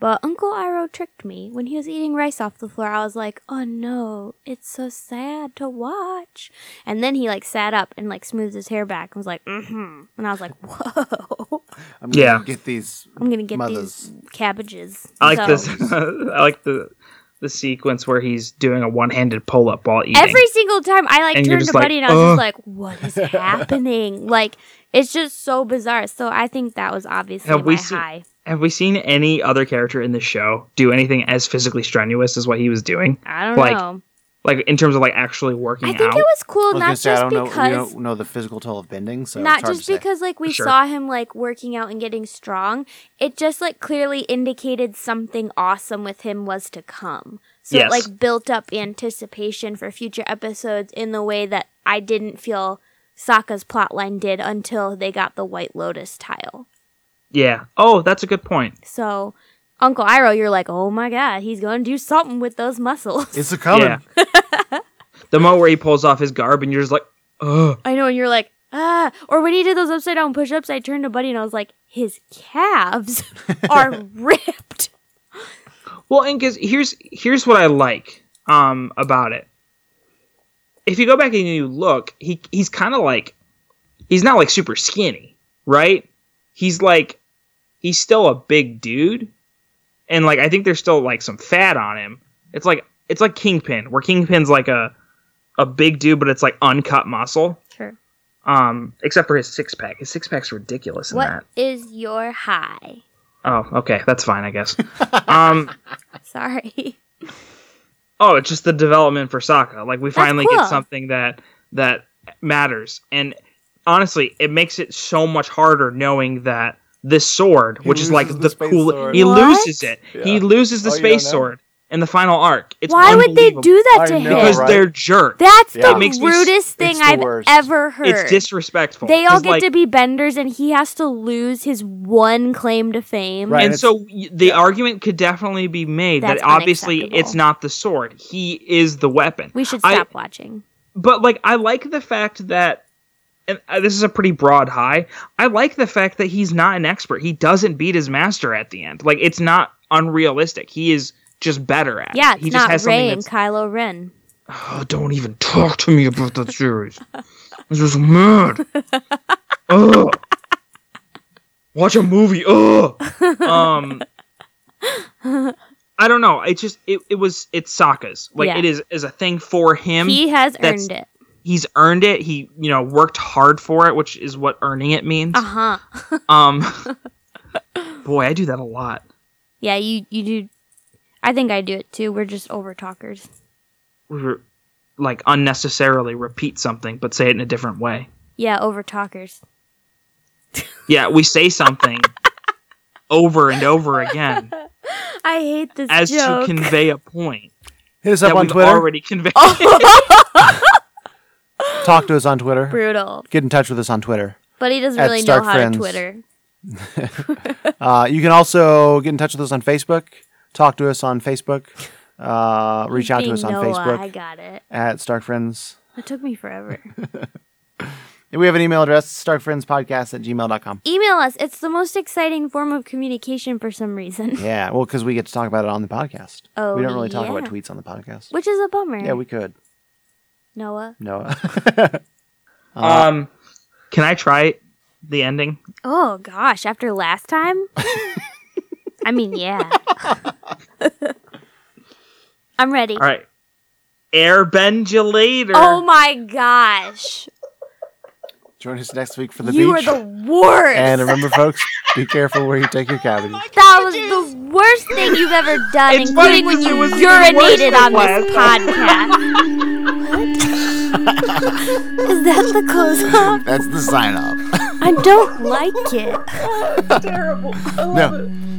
Speaker 3: But Uncle Iroh tricked me. When he was eating rice off the floor, I was like, "Oh no, it's so sad to watch." And then he like sat up and like smoothed his hair back and was like, "Mm-hmm," and I was like, "Whoa,
Speaker 2: I'm gonna
Speaker 4: Yeah.
Speaker 2: get these.
Speaker 3: I'm gonna get
Speaker 2: Mothers.
Speaker 3: these cabbages."
Speaker 4: I like
Speaker 3: So-
Speaker 4: this. I like the the sequence where he's doing a one-handed pull-up while eating.
Speaker 3: Every single time I like
Speaker 4: And you're
Speaker 3: turned to
Speaker 4: just like,
Speaker 3: Buddy and I was
Speaker 4: "Ugh."
Speaker 3: just like, what is happening? like, it's just so bizarre. So I think that was obviously
Speaker 4: Have we
Speaker 3: my
Speaker 4: seen-
Speaker 3: high.
Speaker 4: Have we seen any other character in the show do anything as physically strenuous as what he was doing?
Speaker 3: I don't
Speaker 4: like,
Speaker 3: know.
Speaker 4: Like in terms of like actually working
Speaker 3: I think
Speaker 4: out.
Speaker 3: it was cool,
Speaker 2: I was gonna
Speaker 3: not
Speaker 2: say I
Speaker 3: just
Speaker 2: don't know. We
Speaker 3: because.
Speaker 2: don't know the physical toll of bending, so
Speaker 3: not
Speaker 2: it's hard
Speaker 3: just
Speaker 2: to say.
Speaker 3: because like we
Speaker 4: Sure.
Speaker 3: saw him like working out and getting strong it just like clearly indicated something awesome with him was to come so
Speaker 4: Yes.
Speaker 3: it like built up anticipation for future episodes in the way that i didn't feel Sokka's plotline did until they got the white lotus tile
Speaker 4: yeah. Oh, that's a good point.
Speaker 3: So, Uncle Iroh, you're like, oh my god, he's gonna do something with those muscles.
Speaker 2: it's a coming.
Speaker 4: Yeah. the moment where he pulls off his garb and you're just like, ugh.
Speaker 3: I know, and you're like, ah. Or when he did those upside down push ups, I turned to Buddy and I was like, his calves are ripped.
Speaker 4: Well, and 'cause here's here's what I like um about it. If you go back and you look, he he's kind of like he's not like super skinny, right? He's like he's still a big dude, and like I think there's still like some fat on him. It's like it's like Kingpin, where Kingpin's like a a big dude, but it's like uncut muscle.
Speaker 3: Sure.
Speaker 4: Um, except for his six pack. His six pack's ridiculous in that.
Speaker 3: What is your high?
Speaker 4: Oh, okay, that's fine, I guess. um,
Speaker 3: Sorry.
Speaker 4: oh, it's just the development for Sokka. Like we finally
Speaker 3: cool.
Speaker 4: get something that that matters, and honestly, it makes it so much harder knowing that this sword,
Speaker 2: He
Speaker 4: which is
Speaker 2: loses
Speaker 4: like
Speaker 2: the
Speaker 4: the,
Speaker 2: space
Speaker 4: cool,
Speaker 2: sword.
Speaker 4: he
Speaker 3: What?
Speaker 4: loses it. He
Speaker 2: Yeah.
Speaker 4: loses the
Speaker 2: Oh, you don't
Speaker 4: space
Speaker 2: know?
Speaker 4: sword in the final arc. It's
Speaker 3: Why would they
Speaker 4: unbelievable.
Speaker 3: do that
Speaker 2: I
Speaker 3: to
Speaker 2: know,
Speaker 3: him?
Speaker 4: Because
Speaker 2: right?
Speaker 4: they're jerk.
Speaker 3: That's
Speaker 2: Yeah.
Speaker 3: the
Speaker 4: It makes me s-
Speaker 3: rudest thing
Speaker 2: it's the
Speaker 3: I've
Speaker 2: worst.
Speaker 3: ever heard.
Speaker 4: It's disrespectful.
Speaker 3: they all
Speaker 4: 'Cause,
Speaker 3: get
Speaker 4: like,
Speaker 3: to be benders, and he has to lose his one claim to fame.
Speaker 2: Right.
Speaker 4: and
Speaker 2: it's-
Speaker 4: so y- the argument could definitely be made
Speaker 3: That's
Speaker 4: that obviously
Speaker 3: unacceptable.
Speaker 4: it's not the sword. He is the weapon.
Speaker 3: We should
Speaker 4: I-
Speaker 3: stop watching.
Speaker 4: but like I like the fact that and uh, this is a pretty broad high. I like the fact that he's not an expert. He doesn't beat his master at the end. Like it's not unrealistic. He is just better at
Speaker 3: Yeah,
Speaker 4: it.
Speaker 3: it's
Speaker 4: He just
Speaker 3: not
Speaker 4: has
Speaker 3: Ray
Speaker 4: something
Speaker 3: and
Speaker 4: that's
Speaker 3: Kylo Ren.
Speaker 4: oh, don't even talk to me about that series. This is mad. Ugh. Watch a movie. Ugh. Um I don't know. It just it, it was it's Sokka's. Like
Speaker 3: Yeah.
Speaker 4: it is is a thing for him
Speaker 3: he has
Speaker 4: that's-
Speaker 3: earned it.
Speaker 4: he's earned it. He, you know, worked hard for it, which is what earning it means.
Speaker 3: Uh huh.
Speaker 4: Um, boy, I do that a lot.
Speaker 3: Yeah, you you do. I think I do it too. We're just over talkers.
Speaker 4: We re- like unnecessarily repeat something, but say it in a different way.
Speaker 3: Yeah, over talkers.
Speaker 4: Yeah, we say something over and over again
Speaker 3: I hate this
Speaker 4: as
Speaker 3: joke.
Speaker 4: to convey a point
Speaker 2: Hit us
Speaker 4: that
Speaker 2: up on
Speaker 4: we've
Speaker 3: Oh.
Speaker 2: Twitter.
Speaker 4: already conveyed.
Speaker 2: Talk to us on Twitter.
Speaker 3: Brutal.
Speaker 2: Get in touch with us on Twitter.
Speaker 3: But he doesn't
Speaker 2: At
Speaker 3: really know
Speaker 2: Stark
Speaker 3: how
Speaker 2: Friends.
Speaker 3: to Twitter.
Speaker 2: Uh, you can also get in touch with us on Facebook. Talk to us on Facebook. Uh, reach out to
Speaker 3: Being
Speaker 2: us on
Speaker 3: Noah,
Speaker 2: Facebook
Speaker 3: I got it.
Speaker 2: at Stark Friends.
Speaker 3: That took me forever.
Speaker 2: And we have an email address, starkfriendspodcast at gmail.com.
Speaker 3: Email us. It's the most exciting form of communication for some reason,
Speaker 2: Yeah, well, because we get to talk about it on the podcast.
Speaker 3: Oh,
Speaker 2: we don't really talk about
Speaker 3: yeah.
Speaker 2: tweets on the podcast.
Speaker 3: which is a bummer.
Speaker 2: Yeah, we could.
Speaker 3: Noah.
Speaker 2: No. Uh,
Speaker 4: Um, can I try the ending?
Speaker 3: Oh gosh, after last time? I mean, yeah. I'm ready.
Speaker 4: All right. Air Benjulator.
Speaker 3: Oh my gosh.
Speaker 2: Join us next week for the
Speaker 3: you
Speaker 2: beach.
Speaker 3: are the worst.
Speaker 2: and remember, folks, be careful where you take your cavities.
Speaker 3: that was the worst thing you've ever done,
Speaker 4: It's funny
Speaker 3: including when
Speaker 4: 'cause it
Speaker 3: you
Speaker 4: was even worse
Speaker 3: urinated
Speaker 4: than
Speaker 3: on this
Speaker 4: last
Speaker 3: podcast. What? Is that the close up?
Speaker 2: That's the sign off.
Speaker 3: I don't like it.
Speaker 4: Terrible. I love
Speaker 2: No.
Speaker 3: Oh,
Speaker 4: it.